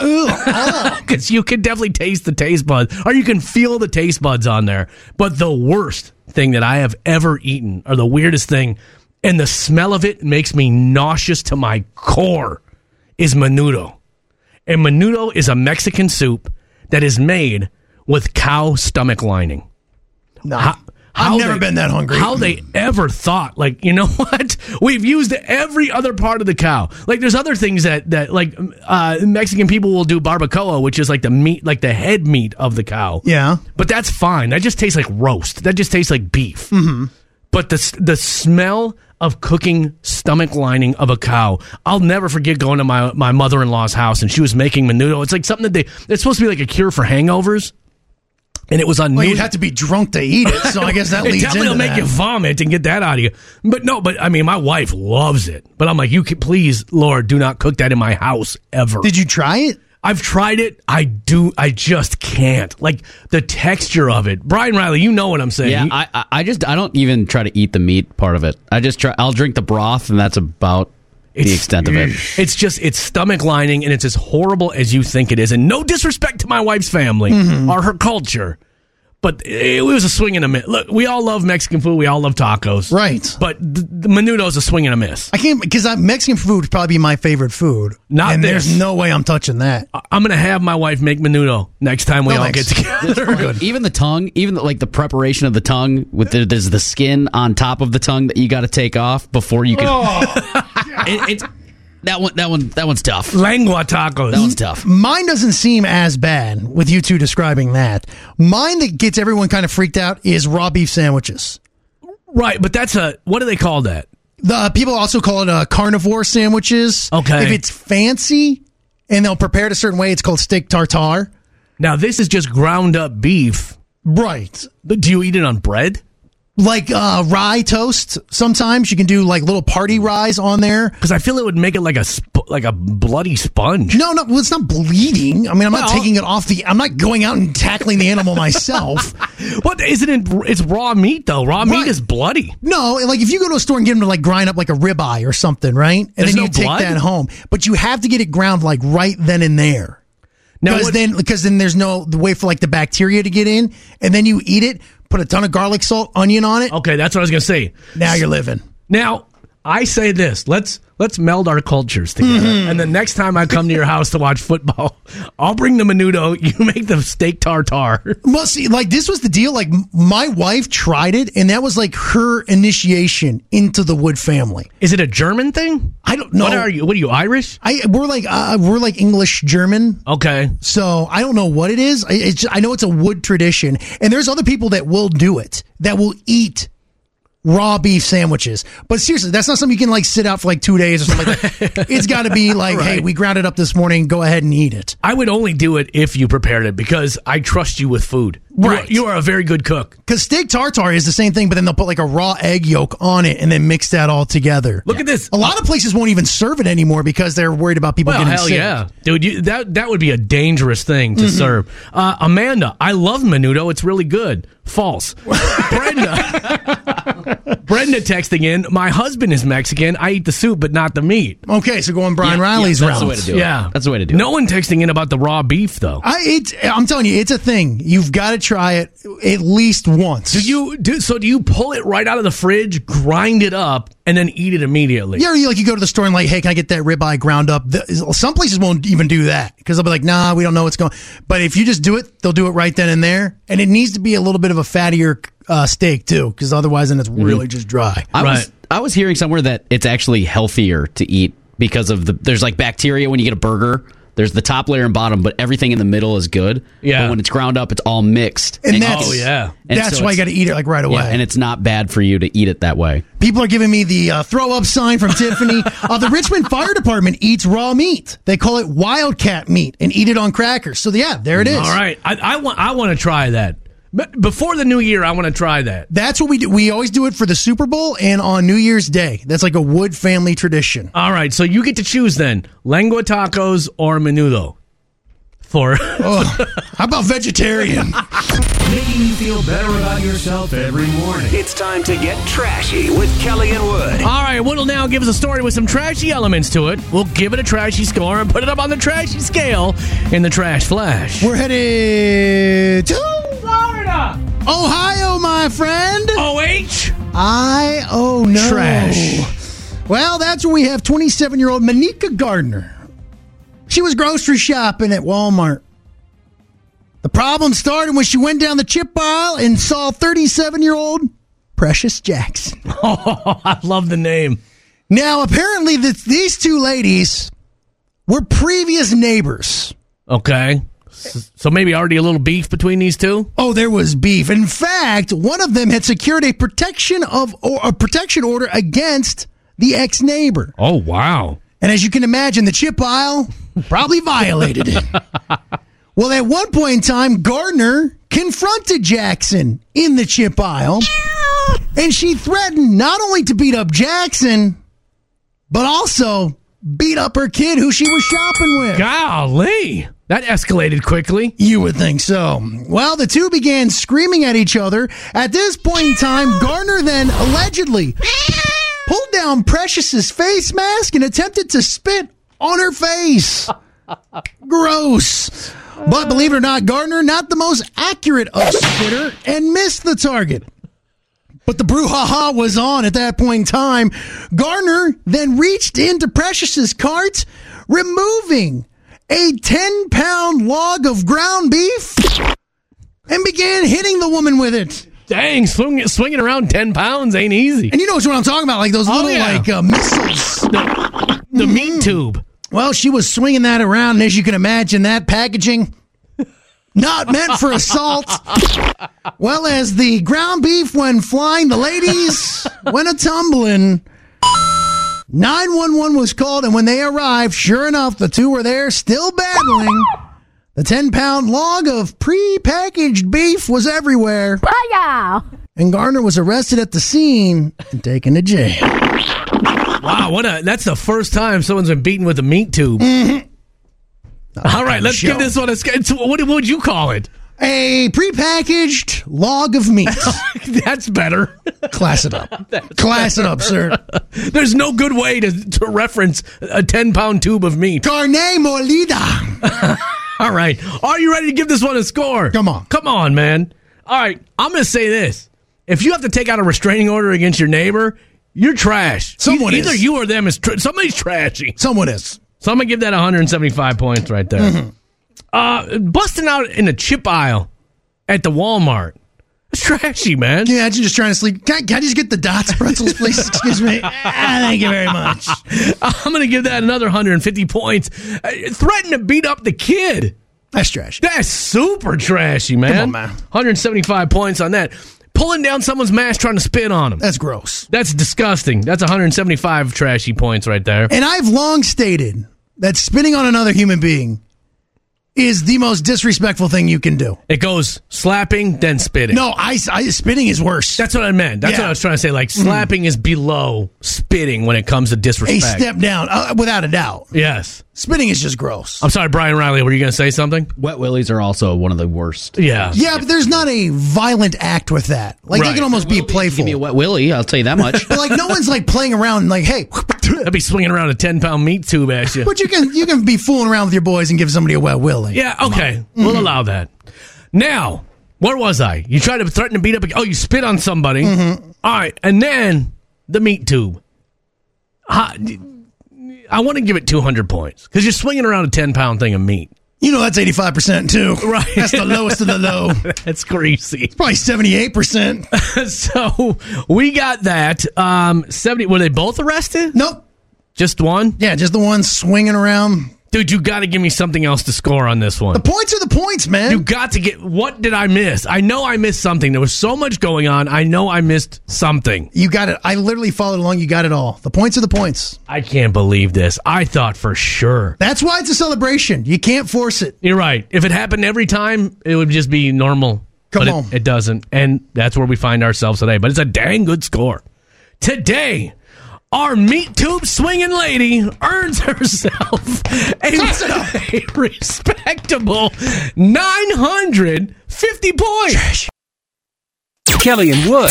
[SPEAKER 2] ugh.
[SPEAKER 1] because you can definitely taste the taste buds, or you can feel the taste buds on there. But the worst thing that I have ever eaten, or the weirdest thing, and the smell of it makes me nauseous to my core, is menudo. And menudo is a Mexican soup that is made with cow stomach lining.
[SPEAKER 2] no.
[SPEAKER 1] How- how
[SPEAKER 2] I've never
[SPEAKER 1] they-
[SPEAKER 2] been that hungry.
[SPEAKER 1] How they ever thought, like, you know what? We've used every other part of the cow. Like, there's other things that, that like, uh, Mexican people will do barbacoa, which is like the meat, like the head meat of the cow.
[SPEAKER 2] Yeah.
[SPEAKER 1] But that's fine. That just tastes like roast. That just tastes like beef. Mm-hmm. But the, s- the smell of cooking stomach lining of a cow, I'll never forget going to my, my mother in law's house and she was making menudo. It's like something that they, it's supposed to be like a cure for hangovers. And it was on
[SPEAKER 2] Well,
[SPEAKER 1] New
[SPEAKER 2] you'd have to be drunk to eat it, so I guess that
[SPEAKER 1] it
[SPEAKER 2] leads
[SPEAKER 1] definitely
[SPEAKER 2] into
[SPEAKER 1] will make
[SPEAKER 2] that.
[SPEAKER 1] you vomit and get that out of you. But no, but I mean, my wife loves it. But I'm like, you can, please, Lord, do not cook that in my house ever.
[SPEAKER 2] Did you try it?
[SPEAKER 1] I've tried it. I do. I just can't. Like the texture of it. Brian Riley, you know what I'm saying.
[SPEAKER 7] Yeah,
[SPEAKER 1] You-
[SPEAKER 7] I, I- I just I don't even try to eat the meat part of it. I just try. I'll drink the broth, and that's about the
[SPEAKER 1] It's-
[SPEAKER 7] extent of it.
[SPEAKER 1] it's just it's stomach lining, and it's as horrible as you think it is. And no disrespect to my wife's family
[SPEAKER 2] Mm-hmm.
[SPEAKER 1] or her culture, but it was a swing and a miss. Look, we all love Mexican food. We all love tacos,
[SPEAKER 2] Right.
[SPEAKER 1] But the, the menudo's a swing and a miss.
[SPEAKER 2] I can't because Mexican food would probably be my favorite food.
[SPEAKER 1] Not
[SPEAKER 2] and
[SPEAKER 1] this. Uh,
[SPEAKER 2] there's no way I'm touching that.
[SPEAKER 1] I'm gonna have my wife make menudo next time we
[SPEAKER 2] No,
[SPEAKER 1] all
[SPEAKER 2] thanks.
[SPEAKER 1] get together.
[SPEAKER 7] Even the tongue, even the, like the preparation of the tongue, with the, there's the skin on top of the tongue that you got to take off before you can. It- it's that one. That one. That one's tough. That
[SPEAKER 1] Langua tacos.
[SPEAKER 7] one's tough.
[SPEAKER 2] Mine doesn't seem as bad with you two describing that. Mine that gets everyone kind of freaked out is raw beef sandwiches.
[SPEAKER 1] right, but that's a what do they call that?
[SPEAKER 2] The people also call it uh, carnivore sandwiches.
[SPEAKER 1] Okay.
[SPEAKER 2] if it's fancy and they'll prepare it a certain way, it's called steak tartare.
[SPEAKER 1] Now this is just ground up beef.
[SPEAKER 2] Right.
[SPEAKER 1] But Do you eat it on bread?
[SPEAKER 2] Like uh, rye toast. Sometimes you can do like little party ryes on there.
[SPEAKER 1] Because I feel it would make it like a sp- like a bloody sponge.
[SPEAKER 2] No, no, well, it's not bleeding. I mean, I'm not
[SPEAKER 1] Well-
[SPEAKER 2] taking it off the. I'm not going out and tackling the animal myself.
[SPEAKER 1] What isn't it? It's raw meat though. Raw meat
[SPEAKER 2] Right.
[SPEAKER 1] is bloody.
[SPEAKER 2] No, like if you go to a store and get them to like grind up like a ribeye or something, right? And
[SPEAKER 1] There's
[SPEAKER 2] then
[SPEAKER 1] no
[SPEAKER 2] you take
[SPEAKER 1] blood?
[SPEAKER 2] that home, but you have to get it ground like right then and there.
[SPEAKER 1] Now
[SPEAKER 2] Because
[SPEAKER 1] what-
[SPEAKER 2] then, because then there's no way for like the bacteria to get in, and then you eat it. Put a ton of garlic salt, onion on it.
[SPEAKER 1] okay, that's what I was gonna say.
[SPEAKER 2] Now you're living.
[SPEAKER 1] Now I say this. Let's let's meld our cultures together.
[SPEAKER 2] Mm-hmm.
[SPEAKER 1] And the next time I come to your house to watch football, I'll bring the menudo. You make the steak tartare.
[SPEAKER 2] Well, see, like this was the deal. Like m- my wife tried it, and that was like her initiation into the Wood family.
[SPEAKER 1] Is it a German thing?
[SPEAKER 2] I don't know.
[SPEAKER 1] What are you? What are you Irish?
[SPEAKER 2] I we're like uh, we're like English German.
[SPEAKER 1] Okay.
[SPEAKER 2] So I don't know what it is. I, it's I know it's a wood tradition, and there's other people that will do it that will eat raw beef sandwiches. But seriously, that's not something you can like sit out for like two days or something like that. it's got to be like, hey, we ground it up this morning. Go ahead and eat it.
[SPEAKER 1] I would only do it if you prepared it because I trust you with food. You are-
[SPEAKER 2] Right.
[SPEAKER 1] You are, a very good cook.
[SPEAKER 2] Because steak tartare is the same thing, but then they'll put like a raw egg yolk on it and then mix that all together.
[SPEAKER 1] Look at this.
[SPEAKER 2] A lot of places won't even serve it anymore because they're worried about people
[SPEAKER 1] Well,
[SPEAKER 2] Oh, getting
[SPEAKER 1] hell
[SPEAKER 2] sick.
[SPEAKER 1] yeah, dude! You, that that would be a dangerous thing to serve. Uh, Amanda, I love menudo; it's really good. False. Brenda, Brenda texting in, my husband is Mexican. I eat the soup, but not the meat.
[SPEAKER 2] Okay, so going Brian
[SPEAKER 7] Yeah, yeah,
[SPEAKER 2] Riley's
[SPEAKER 7] that's
[SPEAKER 2] route.
[SPEAKER 7] the way to do it.
[SPEAKER 1] Yeah.
[SPEAKER 7] That's the way to do it.
[SPEAKER 1] No one texting in about the raw beef, though.
[SPEAKER 2] I, it's, I'm telling you, it's a thing. You've got to try it at least once.
[SPEAKER 1] Do you do so? Do you pull it right out of the fridge, grind it up, and then eat it immediately?
[SPEAKER 2] Yeah, or you like you go to the store and like, hey, can I get that ribeye ground up? The, some places won't even do that because they'll be like, nah, we don't know what's going. But if you just do it, they'll do it right then and there, and it needs to be a little bit of a fattier uh, steak too, because otherwise, then it's really just dry.
[SPEAKER 7] Mm-hmm. I
[SPEAKER 1] Right.
[SPEAKER 7] was I was hearing somewhere that it's actually healthier to eat because of the there's like bacteria when you get a burger. There's the top layer and bottom, but everything in the middle is good.
[SPEAKER 1] Yeah.
[SPEAKER 7] But when it's ground up, it's all mixed.
[SPEAKER 2] And
[SPEAKER 7] you
[SPEAKER 2] that's-
[SPEAKER 1] Oh,
[SPEAKER 7] can-
[SPEAKER 1] yeah.
[SPEAKER 7] and
[SPEAKER 2] That's
[SPEAKER 7] so
[SPEAKER 2] why you got
[SPEAKER 7] it's-
[SPEAKER 2] to eat it like right away.
[SPEAKER 7] yeah, and it's not bad for you to eat it that way.
[SPEAKER 2] People are giving me the uh, throw up sign from Tiffany. Uh, the Richmond Fire Department eats raw meat. They call it wildcat meat and eat it on crackers. So yeah, there it is.
[SPEAKER 1] All right, I, I want I want to try that. But before the new year, I want to try that.
[SPEAKER 2] That's what we do. We always do it for the Super Bowl and on New Year's Day. That's like a Wood family tradition.
[SPEAKER 1] All right, so you get to choose then lengua tacos or menudo. For
[SPEAKER 2] Oh, how about vegetarian?
[SPEAKER 5] Making you feel better about yourself every morning.
[SPEAKER 8] It's time to get trashy with Kelly and Wood.
[SPEAKER 1] all right, Wood'll now give us a story with some trashy elements to it. We'll give it a trashy score and put it up on the trashy scale in the trash flash.
[SPEAKER 2] We're headed to
[SPEAKER 1] Florida,
[SPEAKER 2] Ohio, my friend.
[SPEAKER 1] oh h.
[SPEAKER 2] I oh no.
[SPEAKER 1] Trash.
[SPEAKER 2] Well, that's where we have 27 year old Monika Gardner. She was grocery shopping at Walmart. The problem started when she went down the chip aisle and saw 37 year old Precious Jackson.
[SPEAKER 1] Oh, I love the name.
[SPEAKER 2] Now, apparently, th- these two ladies were previous neighbors.
[SPEAKER 1] Okay, S- so maybe already a little beef between these two.
[SPEAKER 2] Oh, there was beef. In fact, one of them had secured a protection of or a protection order against the ex neighbor,
[SPEAKER 1] Oh wow.
[SPEAKER 2] and as you can imagine, the chip aisle probably violated it. Well, at one point in time, Gardner confronted Jackson in the chip aisle, and she threatened not only to beat up Jackson, but also beat up her kid who she was shopping with.
[SPEAKER 1] Golly, that escalated quickly.
[SPEAKER 2] You would think so. Well, the two began screaming at each other. At this point in time, Garner then allegedly pulled down Precious's face mask and attempted to spit on her face. Gross. But believe it or not, Gardner, not the most accurate of spitter, and missed the target. But the brouhaha was on at that point in time. Garner then reached into Precious's cart, removing a 10 pound log of ground beef and began hitting the woman with it.
[SPEAKER 1] Dang, swing, swinging around ten pounds ain't easy.
[SPEAKER 2] And you know what I'm talking about, like those little
[SPEAKER 1] yeah.
[SPEAKER 2] like uh, missiles.
[SPEAKER 1] The meat tube.
[SPEAKER 2] Well, she was swinging that around, and as you can imagine, that packaging not meant for assault. well, as the ground beef went flying, the ladies went a tumbling. 911 was called, and when they arrived, sure enough, the two were there still battling. The 10 pound log of prepackaged beef was everywhere. And Garner was arrested at the scene and taken to jail.
[SPEAKER 1] Wow, what a that's the first time someone's been beaten with a meat tube. All right, let's give
[SPEAKER 2] show.
[SPEAKER 1] this one a sc- it's- what, what would you call it?
[SPEAKER 2] A prepackaged log of meat.
[SPEAKER 1] That's better.
[SPEAKER 2] Class it up. Class it up, sir.
[SPEAKER 1] There's no good way to, to reference a 10 pound tube of meat.
[SPEAKER 2] Carne molida.
[SPEAKER 1] All right. Are you ready to give this one a score?
[SPEAKER 2] Come on.
[SPEAKER 1] Come on, man. All right. I'm going to say this. If you have to take out a restraining order against your neighbor, you're trash.
[SPEAKER 2] Someone
[SPEAKER 1] E- Either
[SPEAKER 2] is.
[SPEAKER 1] you or them is tr- somebody's trashy.
[SPEAKER 2] Someone is.
[SPEAKER 1] So I'm gonna give that 175 points right there.
[SPEAKER 2] Mm-hmm.
[SPEAKER 1] Uh, busting out in the chip aisle at the Walmart. It's trashy, man.
[SPEAKER 2] Can you imagine just trying to sleep? Can I, can I just get the dots pretzels, please? Excuse me. Ah, thank you very much.
[SPEAKER 1] I'm gonna give that another 150 points. Uh, threaten to beat up the kid.
[SPEAKER 2] That's trash.
[SPEAKER 1] That's super trashy, man.
[SPEAKER 2] on, man.
[SPEAKER 1] 175 points on that. Pulling down someone's mask trying to spit on him.
[SPEAKER 2] That's gross.
[SPEAKER 1] That's disgusting. That's 175 trashy points right there.
[SPEAKER 2] And I've long stated that spitting on another human being is the most disrespectful thing you can do.
[SPEAKER 1] It goes slapping, then spitting.
[SPEAKER 2] No, I, I spitting is worse.
[SPEAKER 1] That's what I meant. That's
[SPEAKER 2] Yeah. Mm.
[SPEAKER 1] what I was trying to say. Like slapping is below spitting when it comes to
[SPEAKER 2] a
[SPEAKER 1] disrespect.
[SPEAKER 2] step down, uh, without a doubt.
[SPEAKER 1] Yes.
[SPEAKER 2] Spitting is just gross.
[SPEAKER 1] I'm sorry, Brian Riley. Were you going to say something?
[SPEAKER 7] Wet willies are also one of the worst.
[SPEAKER 1] Yeah.
[SPEAKER 2] yeah, but there's not a violent act with that. Like
[SPEAKER 1] Right.
[SPEAKER 2] they can almost be
[SPEAKER 7] Give
[SPEAKER 2] playful.
[SPEAKER 7] me a wet willy. I'll tell you that much.
[SPEAKER 2] but like no one's like playing around. Like hey,
[SPEAKER 1] I'd be swinging around a 10 pound meat tube at you.
[SPEAKER 2] but you can you can be fooling around with your boys and give somebody a wet willy.
[SPEAKER 1] yeah. Okay. We'll allow that. Now, where was I? You tried to threaten to beat up. A, oh, you spit on somebody. All right. And then the meat tube. Ha- I want to give it 200 points because you're swinging around a 10 pound thing of meat.
[SPEAKER 2] You know that's eighty five percent too.
[SPEAKER 1] Right.
[SPEAKER 2] That's the lowest of the low.
[SPEAKER 1] That's greasy.
[SPEAKER 2] Probably seventy eight percent.
[SPEAKER 1] so we got that. Um, seventy. Were they both arrested?
[SPEAKER 2] Nope.
[SPEAKER 1] Just one,
[SPEAKER 2] Yeah, just the ones swinging around.
[SPEAKER 1] dude. You got to give me something else to score on this one.
[SPEAKER 2] The points are the points,
[SPEAKER 1] You
[SPEAKER 2] man.
[SPEAKER 1] got to get. What did I miss? I know I missed something. There was so much going on. I know I missed something.
[SPEAKER 2] You got it. I literally followed along. You got it all. The points are the points.
[SPEAKER 1] I can't believe this. I thought for sure.
[SPEAKER 2] That's why it's a celebration. You can't force it.
[SPEAKER 1] You're right. If it happened every time, it would just be normal.
[SPEAKER 2] Come
[SPEAKER 1] but it-
[SPEAKER 2] on.
[SPEAKER 1] It, doesn't. And that's where we find ourselves today. But it's a dang good score. Today, our meat tube swinging lady earns herself a, a respectable 950 points.
[SPEAKER 8] Kelly and Wood.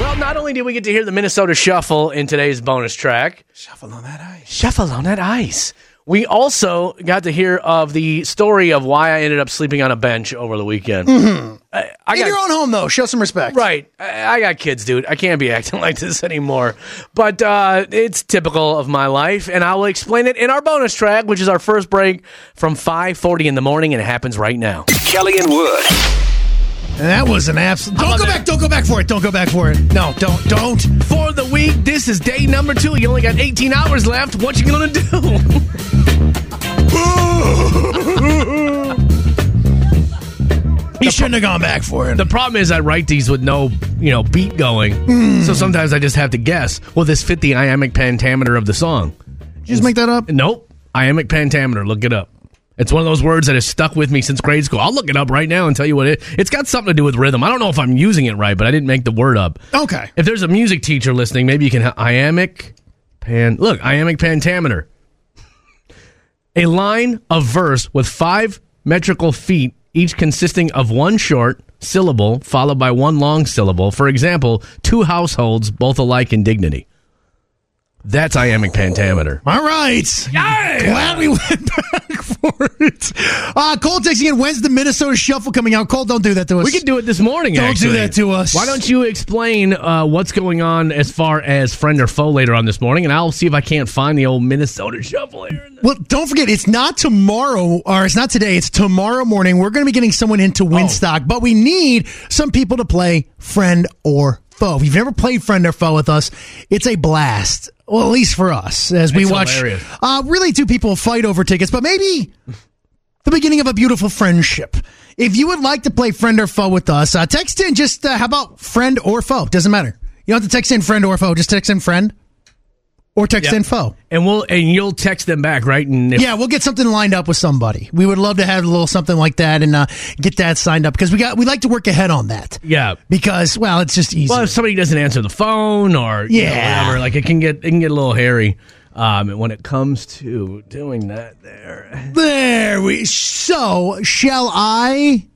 [SPEAKER 1] Well, not only did we get to hear the Minnesota Shuffle in today's bonus track, Shuffle on that ice. We also got to hear of the story of why I ended up sleeping on a bench over the weekend. I, I
[SPEAKER 2] In
[SPEAKER 1] got
[SPEAKER 2] your own home, though, show some respect.
[SPEAKER 1] Right. I I got kids, dude. I can't be acting like this anymore. But uh, it's typical of my life, and I will explain it in our bonus track, which is our first break from 5.40 in the morning, and it happens right now.
[SPEAKER 8] Kelly and Wood.
[SPEAKER 2] And that was an absolute. Don't go back. Don't go back for it. Don't go back for it. No, don't. Don't.
[SPEAKER 1] For the week, this is day number two. You only got 18 hours left. What you going to do?
[SPEAKER 2] He shouldn't have gone back for it.
[SPEAKER 1] The problem is I write these with no, you know, beat going. So sometimes I just have to guess. Will this fit the iambic pentameter of the song?
[SPEAKER 2] Did you just make that up?
[SPEAKER 1] Nope. Iambic pentameter. Look it up. It's one of those words that has stuck with me since grade school. I'll look it up right now and tell you what it. It's got something to do with rhythm. I don't know if I'm using it right, but I didn't make the word up.
[SPEAKER 2] Okay.
[SPEAKER 1] If there's a music teacher listening, maybe you can help. Iambic pan. Look, iambic pentameter. A line of verse with five metrical feet, each consisting of one short syllable followed by one long syllable. For example, two households, both alike in dignity. That's iambic pentameter.
[SPEAKER 2] All right. Glad we went back for it. Uh, Cole texting in. When's the Minnesota Shuffle coming out? Cole, don't do that to us.
[SPEAKER 1] We could do it this morning.
[SPEAKER 2] Don't do
[SPEAKER 1] actually.
[SPEAKER 2] that to us.
[SPEAKER 1] Why don't you explain uh, what's going on as far as friend or foe later on this morning, and I'll see if I can't find the old Minnesota shuffle here. in the-
[SPEAKER 2] Well, don't forget, it's not tomorrow, or it's not today. It's tomorrow morning. We're going to be getting someone into
[SPEAKER 1] Oh.
[SPEAKER 2] Winstock, but we need some people to play friend or foe. If you've never played friend or foe with us, it's a blast. Well, at least for us, as we
[SPEAKER 1] It's
[SPEAKER 2] watch
[SPEAKER 1] hilarious.
[SPEAKER 2] uh, really two people fight over tickets, but maybe the beginning of a beautiful friendship. If you would like to play friend or foe with us, uh, text in just uh, how about friend or foe? Doesn't matter. You don't have to text in friend or foe. Just text in friend or text
[SPEAKER 1] Yep.
[SPEAKER 2] in foe.
[SPEAKER 1] And we'll and you'll text them back, right? And if
[SPEAKER 2] Yeah, we'll get something lined up with somebody. We would love to have a little something like that and uh, get that signed up because we got we like to work ahead on that.
[SPEAKER 1] Yeah.
[SPEAKER 2] Because well, it's just easy.
[SPEAKER 1] Well, if somebody doesn't answer the phone or you know,
[SPEAKER 2] Yeah.
[SPEAKER 1] whatever, like it can get it can get a little hairy. Um, and when it comes to doing that, there.
[SPEAKER 2] there we. So shall I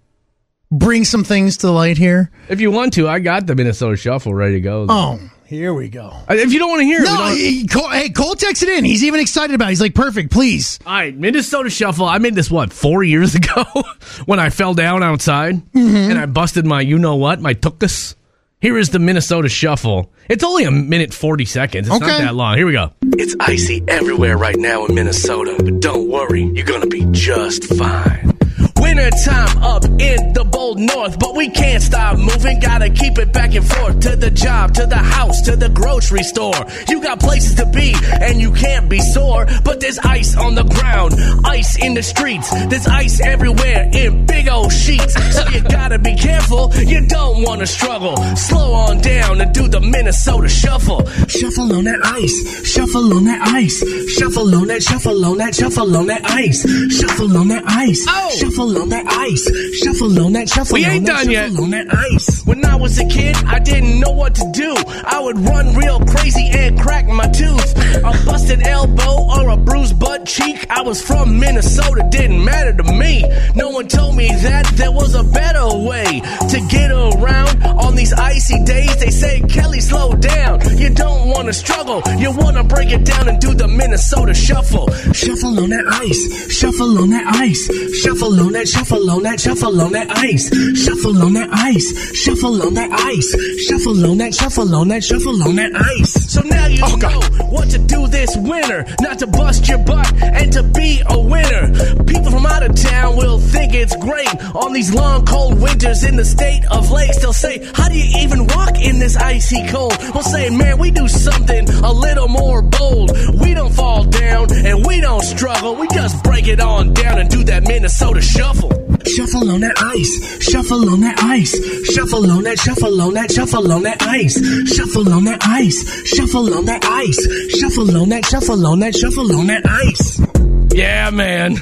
[SPEAKER 2] bring some things to light here?
[SPEAKER 1] If you want to, I got the Minnesota Shuffle ready to go.
[SPEAKER 2] Oh, here we go.
[SPEAKER 1] If you don't want to hear, it, we
[SPEAKER 2] No,
[SPEAKER 1] don't-
[SPEAKER 2] he- Cole, hey, Cole texted in. He's even excited about. it. He's like, perfect, please.
[SPEAKER 1] All right, Minnesota Shuffle. I made this what four years ago when I fell down outside and I busted my you know what my tukus. Here is the Minnesota Shuffle. It's only a minute forty seconds. It's not
[SPEAKER 2] Okay.
[SPEAKER 1] that long. Here we go. It's icy everywhere right now in Minnesota, but don't worry, you're gonna be just fine. Winter time up in the bowl
[SPEAKER 9] old north, but we can't stop moving. Gotta keep it back and forth to the job, to the house, to the grocery store. You got places to be, and you can't be sore. But there's ice on the ground, ice in the streets. There's ice everywhere in big old sheets. So you gotta be careful. You don't wanna struggle. Slow on down and do the Minnesota shuffle. Shuffle on that ice, shuffle on that ice, shuffle on that, shuffle on that, shuffle on that ice, shuffle on that ice, shuffle on that ice, shuffle on that, shuffle.
[SPEAKER 1] Oh. We
[SPEAKER 9] on
[SPEAKER 1] ain't
[SPEAKER 9] that,
[SPEAKER 1] done yet.
[SPEAKER 9] shuffle on that ice. When I was a kid, I didn't know what to do. I would run real crazy and crack my tooth. A busted elbow or a bruised butt cheek. I was from Minnesota, didn't matter to me. No one told me that there was a better way to get around on these icy days. They say, Kelly, slow down. You don't want to struggle. You want to break it down and do the Minnesota shuffle. Shuffle on that ice. Shuffle on that ice. Shuffle on that, shuffle on that, shuffle on that ice. Shuffle on that ice. Shuffle on that ice. Shuffle on that, shuffle on that, shuffle on that ice. So now you know what to do this winter. Not to bust your butt and to be a winner. People from out of town will think it's great. On these long, cold winters in the state of lakes, they'll say, How do you even walk in this icy cold? We'll say, Man, we do something a little more bold. We don't fall down and we don't struggle. We just break it on down and do that Minnesota shuffle. Shuffle on that ice, shuffle on that ice, shuffle on that, shuffle on that, shuffle on that ice, shuffle on that ice, shuffle on that ice, shuffle on that, shuffle on that, shuffle on that ice.
[SPEAKER 1] Yeah, man.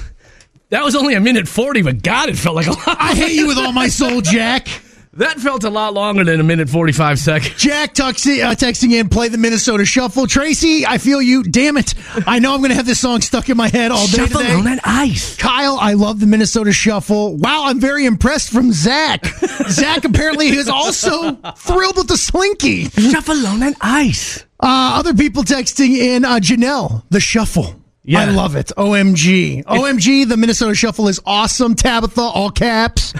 [SPEAKER 1] That was only a minute 40, but God, it felt like a lot.
[SPEAKER 2] I hate you with all my soul, Jack.
[SPEAKER 1] That felt a lot longer than a minute 45 seconds.
[SPEAKER 2] Jack tuxi, uh, texting in, play the Minnesota Shuffle. Tracy, I feel you. Damn it. I know I'm going to have this song stuck in my head all day
[SPEAKER 9] Shuffle
[SPEAKER 2] today.
[SPEAKER 9] on that ice.
[SPEAKER 2] Kyle, I love the Minnesota Shuffle. Wow, I'm very impressed from Zach. Zach apparently is also thrilled with the slinky.
[SPEAKER 9] Shuffle on that ice.
[SPEAKER 2] Uh, other people texting in uh, Janelle, the shuffle.
[SPEAKER 1] Yeah.
[SPEAKER 2] I love it. OMG. OMG, the Minnesota Shuffle is awesome. Tabitha, all caps.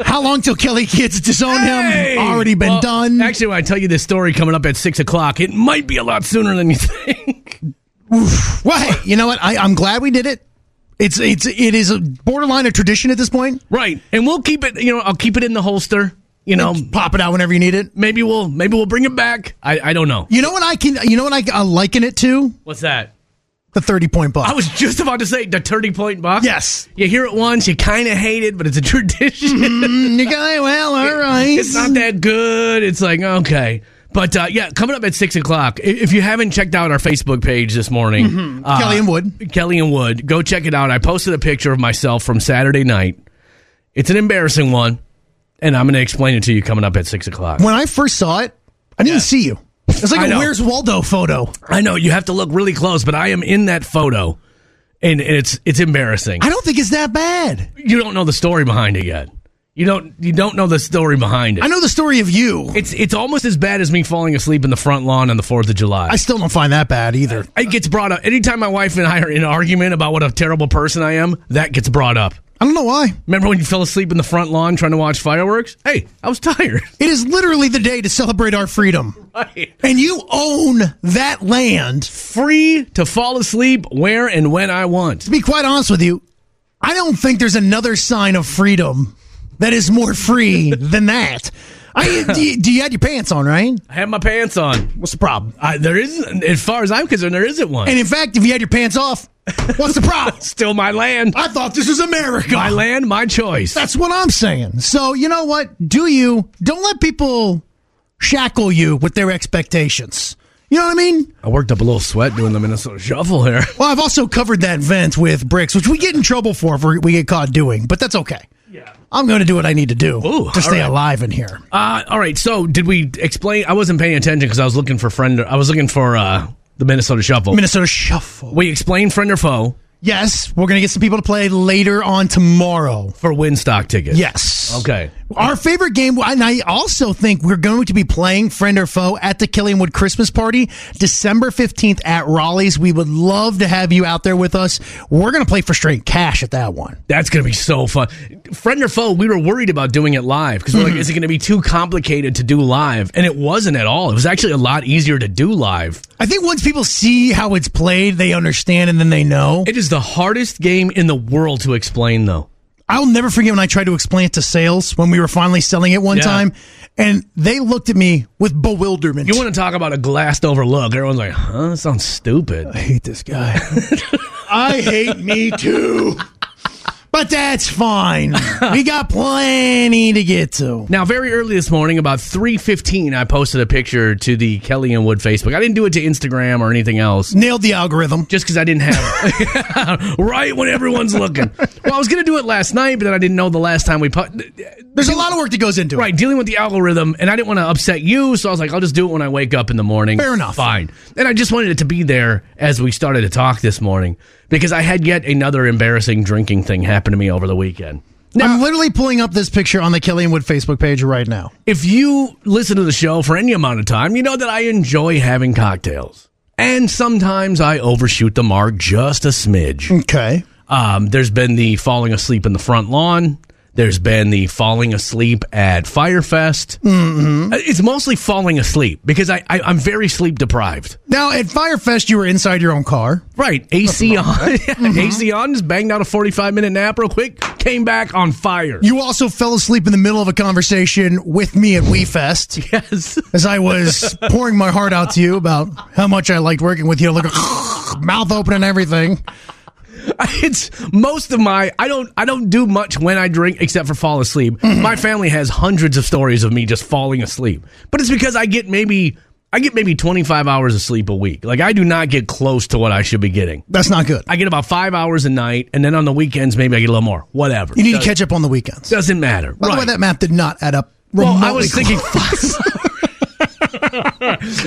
[SPEAKER 2] How long till Kelly Kids disown
[SPEAKER 1] Hey!
[SPEAKER 2] him? Already been
[SPEAKER 1] Well,
[SPEAKER 2] done.
[SPEAKER 1] Actually, when I tell you this story coming up at 6 o'clock, it might be a lot sooner than you think.
[SPEAKER 2] well, hey, you know what? I, I'm glad we did it. It's it's it is a borderline a tradition at this point.
[SPEAKER 1] Right. And we'll keep it, you know, I'll keep it in the holster. You know,
[SPEAKER 2] Pop it out whenever you need it.
[SPEAKER 1] maybe we'll maybe we'll bring it back. I, I don't know.
[SPEAKER 2] You know what I can? You know what I uh, liken it to?
[SPEAKER 1] What's that?
[SPEAKER 2] The thirty point buck.
[SPEAKER 1] I was just about to say the 30 point box.
[SPEAKER 2] yes.
[SPEAKER 1] You hear it once, you kind of hate it, but it's a tradition.
[SPEAKER 2] You guy, well, all right.
[SPEAKER 1] It's not that good. It's like, okay. But uh, yeah, coming up at 6 o'clock, i- if you haven't checked out our Facebook page this morning, uh,
[SPEAKER 2] Mm-hmm. Kelly and Wood.
[SPEAKER 1] Kelly and Wood, go check it out. I posted a picture of myself from Saturday night. It's an embarrassing one, and I'm going to explain it to you coming up at 6 o'clock.
[SPEAKER 2] when I first saw it, I didn't see you. It's
[SPEAKER 1] I
[SPEAKER 2] like a
[SPEAKER 1] know.
[SPEAKER 2] Where's Waldo photo.
[SPEAKER 1] I know you have to look really close, but I am in that photo, and it's it's embarrassing.
[SPEAKER 2] I don't think it's that bad.
[SPEAKER 1] You don't know the story behind it yet. You don't you don't know the story behind it.
[SPEAKER 2] I know the story of you.
[SPEAKER 1] It's it's almost as bad as me falling asleep in the front lawn on the Fourth of July.
[SPEAKER 2] I still don't find that bad either.
[SPEAKER 1] it gets brought up anytime my wife and I are in an argument about what a terrible person I am. That gets brought up.
[SPEAKER 2] I don't know why.
[SPEAKER 1] Remember when you fell asleep in the front lawn trying to watch fireworks? Hey, I was tired.
[SPEAKER 2] It is literally the day to celebrate our freedom. And you own that land.
[SPEAKER 1] Free to fall asleep where and when I want.
[SPEAKER 2] To be quite honest with you, I don't think there's another sign of freedom that is more free than that. I, do, you, do you had your pants on, right?
[SPEAKER 1] I have my pants on.
[SPEAKER 2] What's the problem?
[SPEAKER 1] I, there isn't, as far as I'm concerned, there isn't one.
[SPEAKER 2] And in fact, if you had your pants off, what's the problem?
[SPEAKER 1] Still my land.
[SPEAKER 2] I thought this was America.
[SPEAKER 1] My land, my choice.
[SPEAKER 2] That's what I'm saying. So, you know what? Do you don't let people shackle you with their expectations. You know what I mean?
[SPEAKER 1] I worked up a little sweat doing the Minnesota Shuffle here.
[SPEAKER 2] Well, I've also covered that vent with bricks, which we get in trouble for if we we get caught doing, but that's okay. Yeah. I'm going to do what I need to do
[SPEAKER 1] Ooh,
[SPEAKER 2] to
[SPEAKER 1] all
[SPEAKER 2] stay
[SPEAKER 1] right.
[SPEAKER 2] alive in here.
[SPEAKER 1] Uh, all right. So, did we explain? I wasn't paying attention because I was looking for friend. I was looking for uh, the Minnesota Shuffle.
[SPEAKER 2] Minnesota Shuffle.
[SPEAKER 1] we explained friend or foe
[SPEAKER 2] Yes, we're going to get some people to play later on tomorrow.
[SPEAKER 1] for win stock tickets.
[SPEAKER 2] Yes.
[SPEAKER 1] Okay.
[SPEAKER 2] Our favorite game, and I also think we're going to be playing Friend or Foe at the Killingwood Christmas Party December 15th at Raleigh's. We would love to have you out there with us. We're going to play for straight cash at that one.
[SPEAKER 1] That's going to be so fun. Friend or foe, we were worried about doing it live because we're like, is it going to be too complicated to do live? And it wasn't at all. It was actually a lot easier to do live.
[SPEAKER 2] I think once people see how it's played, they understand and then they know.
[SPEAKER 1] It is the hardest game in the world to explain, though.
[SPEAKER 2] I'll never forget when I tried to explain it to sales when we were finally selling it one
[SPEAKER 1] Yeah.
[SPEAKER 2] time, and they looked at me with bewilderment.
[SPEAKER 1] You want to talk about a glassed over look? Everyone's like, "Huh? That sounds stupid."
[SPEAKER 2] I hate this guy. I hate me too. But that's fine. We got plenty to get to.
[SPEAKER 1] Now, very early this morning, about three fifteen, I posted a picture to the Kelly and Wood Facebook. I didn't do it to Instagram or anything else,
[SPEAKER 2] Nailed the algorithm.
[SPEAKER 1] just because I didn't have it. right when everyone's looking. Well, I was gonna do it last night, but then I didn't know the last time we put.
[SPEAKER 2] There's a lot of work that goes into it.
[SPEAKER 1] Right, dealing with the algorithm, and I didn't want to upset you, so I was like, I'll just do it when I wake up in the morning.
[SPEAKER 2] Fair enough.
[SPEAKER 1] Fine. And I just wanted it to be there as we started to talk this morning because I had yet another embarrassing drinking thing happen to me over the weekend.
[SPEAKER 2] I'm literally pulling up this picture on the Kelly and Wood Facebook page right now.
[SPEAKER 1] If you listen to the show for any amount of time, you know that I enjoy having cocktails. And sometimes I overshoot the mark just a smidge.
[SPEAKER 2] Okay.
[SPEAKER 1] Um, there's been the falling asleep in the front lawn. There's been the falling asleep at Firefest. Mm-hmm. It's mostly falling asleep because I, I I'm very sleep deprived.
[SPEAKER 2] Now at Firefest, you were inside your own car.
[SPEAKER 1] Right, AC on, AC on, just banged out a 45 minute nap real quick. Came back on fire.
[SPEAKER 2] You also fell asleep in the middle of a conversation with me at WeFest
[SPEAKER 1] Yes.
[SPEAKER 2] as I was pouring my heart out to you about how much I liked working with you. Like mouth open and everything.
[SPEAKER 1] it's most of my I don't I don't do much when I drink except for fall asleep.
[SPEAKER 2] Mm-hmm.
[SPEAKER 1] My family has hundreds of stories of me just falling asleep. But it's because I get maybe I get maybe 25 hours of sleep a week. Like I do not get close to what I should be getting.
[SPEAKER 2] That's not good.
[SPEAKER 1] I get about 5 hours a night and then on the weekends maybe I get a little more. Whatever.
[SPEAKER 2] You need to catch up on the weekends.
[SPEAKER 1] Doesn't matter.
[SPEAKER 2] By the way,
[SPEAKER 1] Right.
[SPEAKER 2] that map did not add up.
[SPEAKER 1] Well, I
[SPEAKER 2] remotely
[SPEAKER 1] was thinking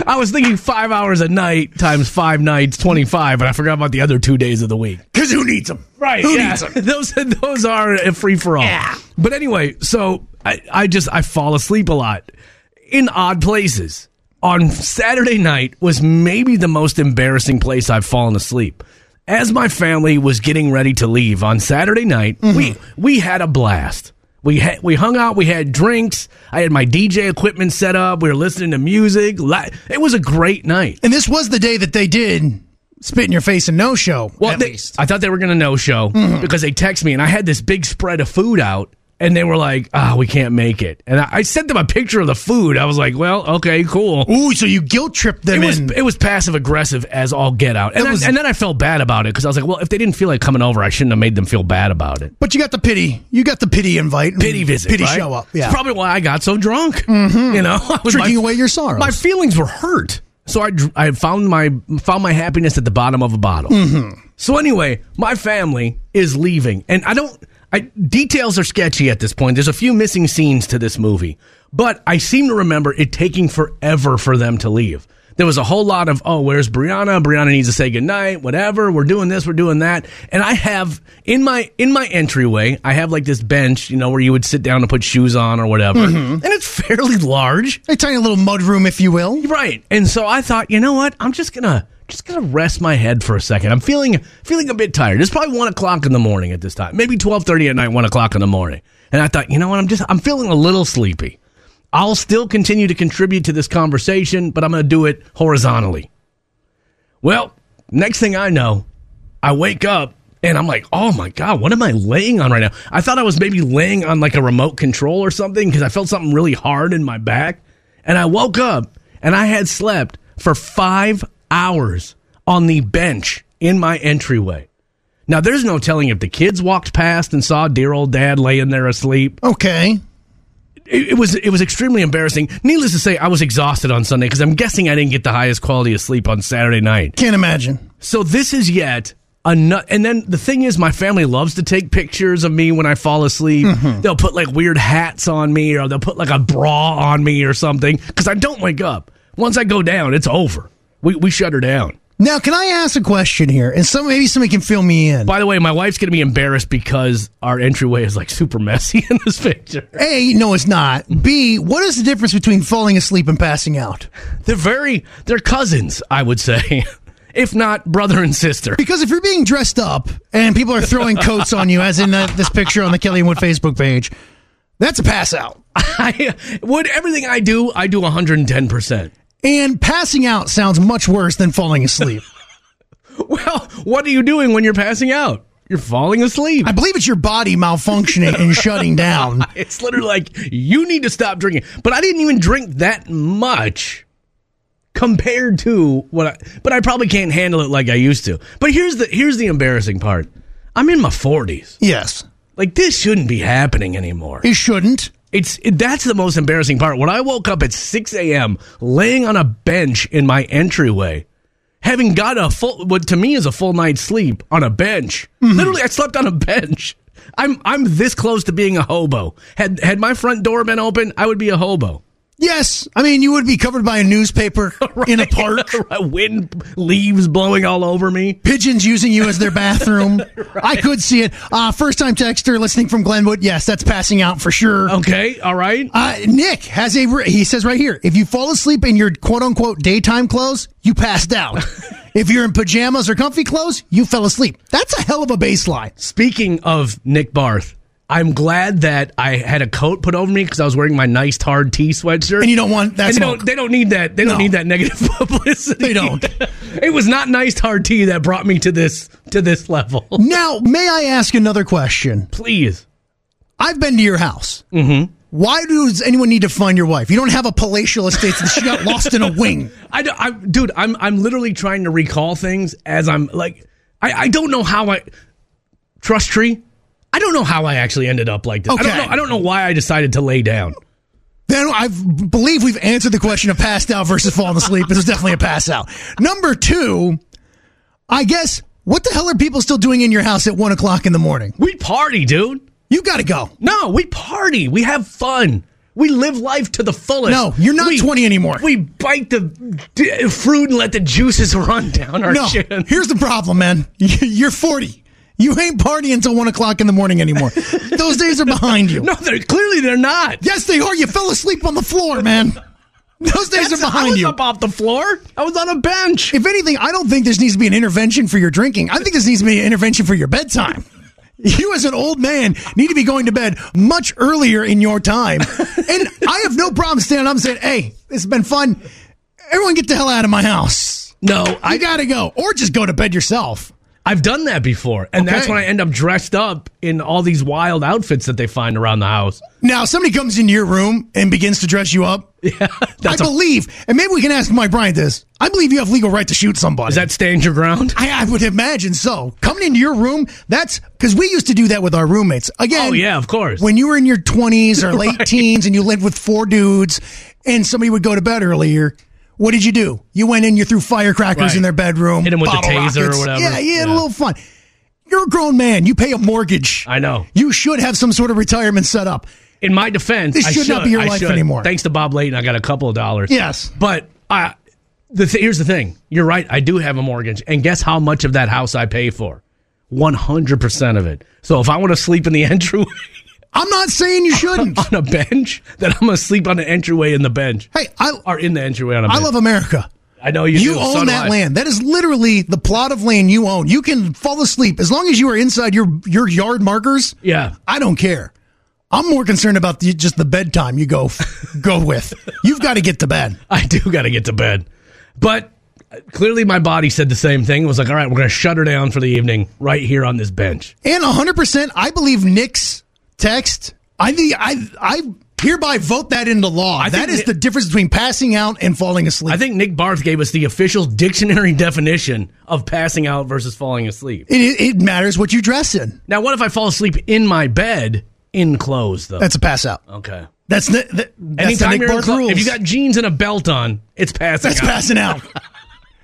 [SPEAKER 1] I was thinking 5 hours a night times 5 nights 25 and I forgot about the other 2 days of the week.
[SPEAKER 2] because who needs them?
[SPEAKER 1] Right.
[SPEAKER 2] Who
[SPEAKER 1] yeah.
[SPEAKER 2] needs them?
[SPEAKER 1] Those those are a free for all. But anyway, so I, I just I fall asleep a lot in odd places. On Saturday night was maybe the most embarrassing place I've fallen asleep. As my family was getting ready to leave on Saturday night, we we had a blast. We had, we hung out, we had drinks. I had my DJ equipment set up. We were listening to music. Li- It was a great night.
[SPEAKER 2] And this was the day that they did spit in your face and no show.
[SPEAKER 1] Well,
[SPEAKER 2] at
[SPEAKER 1] they-
[SPEAKER 2] least.
[SPEAKER 1] I thought they were going to no show because they text me and I had this big spread of food out and they were like, ah, we can't make it. And I, I sent them a picture of the food. I was like, well, okay, cool.
[SPEAKER 2] Ooh, so you guilt tripped
[SPEAKER 1] It
[SPEAKER 2] them
[SPEAKER 1] was
[SPEAKER 2] in.
[SPEAKER 1] it was passive aggressive as all get out, and,
[SPEAKER 2] It
[SPEAKER 1] I-
[SPEAKER 2] was-
[SPEAKER 1] and then I felt bad about it because I was like, well, if they didn't feel like coming over, I shouldn't have made them feel bad about it.
[SPEAKER 2] but you got the pity. You got the pity invite.
[SPEAKER 1] Pity visit,
[SPEAKER 2] Pity
[SPEAKER 1] right?
[SPEAKER 2] show up.
[SPEAKER 1] It's
[SPEAKER 2] Yeah.
[SPEAKER 1] probably why I got so drunk. Mm-hmm. You know, I was
[SPEAKER 2] Drinking
[SPEAKER 1] my-
[SPEAKER 2] away your sorrows.
[SPEAKER 1] My feelings were hurt, so I dr- I found my found my happiness at the bottom of a bottle. So anyway, my family is leaving, and I don't. I, details are sketchy at this point. There's a few missing scenes to this movie, but I seem to remember it taking forever for them to leave. There was a whole lot of, oh, where's Brianna? Brianna needs to say goodnight, whatever. We're doing this, we're doing that. And I have in my in my entryway, I have like this bench, you know, where you would sit down and put shoes on or whatever. And it's fairly large.
[SPEAKER 2] a tiny little mud room, if you will.
[SPEAKER 1] Right. And so I thought, you know what? I'm just gonna just gonna rest my head for a second. I'm feeling feeling a bit tired. It's probably one o'clock in the morning at this time. Maybe twelve thirty at night, one o'clock in the morning. And I thought, you know what, I'm just I'm feeling a little sleepy. I'll still continue to contribute to this conversation, but I'm gonna do it horizontally. Well, next thing I know, I wake up and I'm like, oh my God, what am I laying on right now? I thought I was maybe laying on like a remote control or something because I felt something really hard in my back. And I woke up and I had slept for five hours on the bench in my entryway. Now, there's no telling if the kids walked past and saw dear old dad laying there asleep
[SPEAKER 2] Okay.
[SPEAKER 1] it, it was it was extremely embarrassing. Needless to say, I was exhausted on Sunday because I'm guessing I didn't get the highest quality of sleep on Saturday night.
[SPEAKER 2] Can't imagine.
[SPEAKER 1] So this is yet another. And then the thing is, my family loves to take pictures of me when I fall asleep. They'll put like weird hats on me, or they'll put like a bra on me, or something because I don't wake up. Once I go down, it's over. We we shut her down.
[SPEAKER 2] Now, can I ask a question here? And some maybe somebody can fill me in.
[SPEAKER 1] By the way, my wife's gonna be embarrassed because our entryway is like super messy in this picture.
[SPEAKER 2] A, no, it's not. B, what is the difference between falling asleep and passing out?
[SPEAKER 1] They're very they're cousins, I would say, if not brother and sister.
[SPEAKER 2] Because if you're being dressed up and people are throwing coats on you, as in the, this picture on the Kelly and Wood Facebook page, that's a pass out.
[SPEAKER 1] I would everything I do, I do 110%.
[SPEAKER 2] And passing out sounds much worse than falling asleep.
[SPEAKER 1] Well, what are you doing when you're passing out? You're falling asleep.
[SPEAKER 2] I believe it's your body malfunctioning and shutting down.
[SPEAKER 1] It's literally like you need to stop drinking. But I didn't even drink that much compared to what I but I probably can't handle it like I used to. But here's the here's the embarrassing part. I'm in my 40s.
[SPEAKER 2] Yes.
[SPEAKER 1] Like this shouldn't be happening anymore.
[SPEAKER 2] It shouldn't.
[SPEAKER 1] It's it, that's the most embarrassing part. When I woke up at 6 a.m. laying on a bench in my entryway, having got a full what to me is a full night's sleep on a bench.
[SPEAKER 2] Mm-hmm.
[SPEAKER 1] Literally, I slept on a bench. I'm I'm this close to being a hobo. Had had my front door been open, I would be a hobo.
[SPEAKER 2] Yes. I mean, you would be covered by a newspaper in a park.
[SPEAKER 1] Wind leaves blowing all over me.
[SPEAKER 2] Pigeons using you as their bathroom. I could see it. Uh, first time texter listening from Glenwood. Yes, that's passing out for sure.
[SPEAKER 1] Okay, all right.
[SPEAKER 2] Uh, Nick has a. re- He says right here, if you fall asleep in your quote unquote daytime clothes, you passed out. if you're in pajamas or comfy clothes, you fell asleep. That's a hell of a baseline.
[SPEAKER 1] Speaking of Nick Barth, I'm glad that I had a coat put over me because I was wearing my nice hard tee sweatshirt.
[SPEAKER 2] And you don't want that
[SPEAKER 1] And they
[SPEAKER 2] smoke.
[SPEAKER 1] don't, they don't need that. They
[SPEAKER 2] No.
[SPEAKER 1] don't need that negative publicity.
[SPEAKER 2] They don't.
[SPEAKER 1] it was not nice hard tea that brought me to this to this level.
[SPEAKER 2] Now, may I ask another question?
[SPEAKER 1] Please.
[SPEAKER 2] I've been to your house. Mm-hmm. Why does anyone need to find your wife? You don't have a palatial estate since she got lost in a wing.
[SPEAKER 1] I, don't- I dude, I'm I'm literally trying to recall things as I'm like I, I don't know how I trust tree. I don't know how I actually ended up like this. I
[SPEAKER 2] Okay.
[SPEAKER 1] don't know I don't know why I decided to lay down.
[SPEAKER 2] Then I believe we've answered the question of passed out versus falling asleep. This is definitely a pass out. Number two, I guess what the hell are people still doing in your house at one o'clock in the morning?
[SPEAKER 1] We party, dude.
[SPEAKER 2] You got to go.
[SPEAKER 1] No, we party. We have fun. We live life to the fullest.
[SPEAKER 2] No, you're not 20 anymore.
[SPEAKER 1] We bite the d- fruit and let the juices run down our
[SPEAKER 2] No,
[SPEAKER 1] chin.
[SPEAKER 2] here's the problem, man. You're 40. You ain't partying until one o'clock in the morning anymore. Those days are behind you.
[SPEAKER 1] No, they're clearly they're not.
[SPEAKER 2] Yes, they are. You fell asleep on the floor, man. Those days are
[SPEAKER 1] I
[SPEAKER 2] behind
[SPEAKER 1] was
[SPEAKER 2] you.
[SPEAKER 1] up off the floor. I was on a bench.
[SPEAKER 2] If anything, I don't think this needs to be an intervention for your drinking. I think this needs to be an intervention for your bedtime. You, as an old man, need to be going to bed much earlier in your time. And I have no problem standing up and saying, hey, it's been fun. Everyone get the hell out of my house.
[SPEAKER 1] No,
[SPEAKER 2] I got to go. Or just go to bed yourself.
[SPEAKER 1] I've done that before, and that's
[SPEAKER 2] Okay.
[SPEAKER 1] when I end up dressed up in all these wild outfits that they find around the house.
[SPEAKER 2] Now, if somebody comes into your room and begins to dress you up. Yeah, I
[SPEAKER 1] that's a-
[SPEAKER 2] believe, and maybe we can ask Mike Bryant this. I believe you have legal right to shoot somebody.
[SPEAKER 1] Is that stand your ground?
[SPEAKER 2] I, I would imagine so. Coming into your room, that's because we used to do that with our roommates. Again,
[SPEAKER 1] Oh, yeah, of course.
[SPEAKER 2] When you were in your twenties or late teens, and you lived with four dudes, and somebody would go to bed earlier, what did you do? You went in, you threw firecrackers
[SPEAKER 1] Right.
[SPEAKER 2] in their bedroom,
[SPEAKER 1] Hit 'em with the
[SPEAKER 2] bottle
[SPEAKER 1] taser or whatever.
[SPEAKER 2] Yeah, yeah, had a
[SPEAKER 1] Yeah.
[SPEAKER 2] little fun. You're a grown man. You pay a mortgage.
[SPEAKER 1] I know.
[SPEAKER 2] You should have some sort of retirement set up.
[SPEAKER 1] In my defense,
[SPEAKER 2] This
[SPEAKER 1] I
[SPEAKER 2] should not be your
[SPEAKER 1] I
[SPEAKER 2] life
[SPEAKER 1] should.
[SPEAKER 2] anymore.
[SPEAKER 1] Thanks to Bob Layton, I got a couple of dollars.
[SPEAKER 2] Yes.
[SPEAKER 1] but I, the th- here's the thing. You're right. I do have a mortgage, and guess how much of that house I pay for? One hundred percent of it. So if I want to sleep in the entryway
[SPEAKER 2] I'm not saying you shouldn't.
[SPEAKER 1] on a bench, then I'm gonna sleep on the entryway in the bench.
[SPEAKER 2] hey, I
[SPEAKER 1] Or in the entryway on a bench.
[SPEAKER 2] I love America.
[SPEAKER 1] I know you.
[SPEAKER 2] You
[SPEAKER 1] do. So
[SPEAKER 2] own
[SPEAKER 1] do
[SPEAKER 2] that
[SPEAKER 1] I.
[SPEAKER 2] land. That is literally the plot of land you own. You can fall asleep as long as you are inside your your yard markers.
[SPEAKER 1] Yeah.
[SPEAKER 2] I don't care. I'm more concerned about the, just the bedtime you go go with. You've got to get to bed.
[SPEAKER 1] I do got to get to bed. But uh, clearly, my body said the same thing. It was like, all right, we're going to shut her down for the evening right here on this bench.
[SPEAKER 2] And 100%, I believe Nick's text. I think I I hereby vote that into law.
[SPEAKER 1] I
[SPEAKER 2] that
[SPEAKER 1] think
[SPEAKER 2] is
[SPEAKER 1] Nick-
[SPEAKER 2] the difference between passing out and falling asleep.
[SPEAKER 1] I think Nick Barth gave us the official dictionary definition of passing out versus falling asleep.
[SPEAKER 2] it, it- it matters what you dress in.
[SPEAKER 1] Now, what if I fall asleep in my bed in clothes, though?
[SPEAKER 2] That's a pass out.
[SPEAKER 1] okay.
[SPEAKER 2] That's the, the that's the
[SPEAKER 1] Oh. Anytime
[SPEAKER 2] Nick
[SPEAKER 1] you're in
[SPEAKER 2] Barth
[SPEAKER 1] clo-
[SPEAKER 2] rules.
[SPEAKER 1] if you got jeans and a belt on, it's passing
[SPEAKER 2] That's
[SPEAKER 1] out.
[SPEAKER 2] passing out.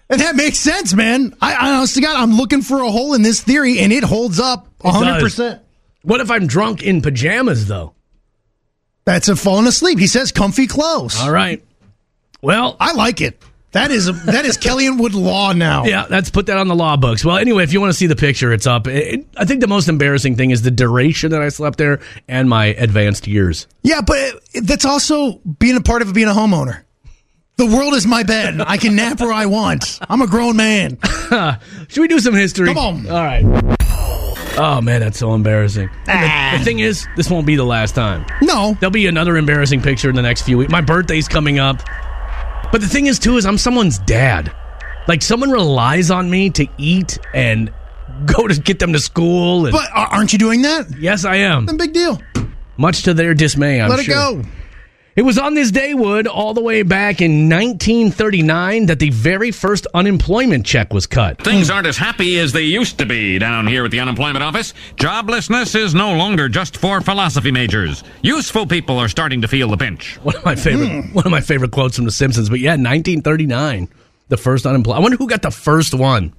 [SPEAKER 2] And that makes sense, man. I, I honestly God, I'm looking for a hole in this theory, and it holds up 100%.
[SPEAKER 1] what if I'm drunk in pajamas, though?
[SPEAKER 2] That's a falling asleep. He says comfy clothes.
[SPEAKER 1] All right. Well,
[SPEAKER 2] I like it. That is that is Kelly and Wood law now.
[SPEAKER 1] Yeah, that's put that on the law books. Well, anyway, if you want to see the picture, it's up. It, it- I think the most embarrassing thing is the duration that I slept there and my advanced years.
[SPEAKER 2] Yeah, but it, that's also being a part of being a homeowner. The world is my bed. I can nap where I want. I'm a grown man.
[SPEAKER 1] Should we do some history?
[SPEAKER 2] Come on.
[SPEAKER 1] All right. Oh man, that's so embarrassing. And The, the thing is, this won't be the last time.
[SPEAKER 2] No.
[SPEAKER 1] There'll be another embarrassing picture in the next few weeks. My birthday's coming up. But the thing is, too, is I'm someone's dad. Like someone relies on me to eat and go to get them to school. And
[SPEAKER 2] But a- aren't you doing that?
[SPEAKER 1] yes, I am.
[SPEAKER 2] Then big deal.
[SPEAKER 1] Much to their dismay, I'm
[SPEAKER 2] Let it
[SPEAKER 1] sure.
[SPEAKER 2] go.
[SPEAKER 1] It was on this day, Wood, all the way back in 1939, that the very first unemployment check was cut.
[SPEAKER 10] Things aren't as happy as they used to be down here at the unemployment office. Joblessness is no longer just for philosophy majors. Useful people are starting to feel the pinch.
[SPEAKER 1] One of my favorite,
[SPEAKER 2] Hmm.
[SPEAKER 1] one of my favorite quotes from The Simpsons. But yeah, 1939, the first unemployment. I wonder who got the first one.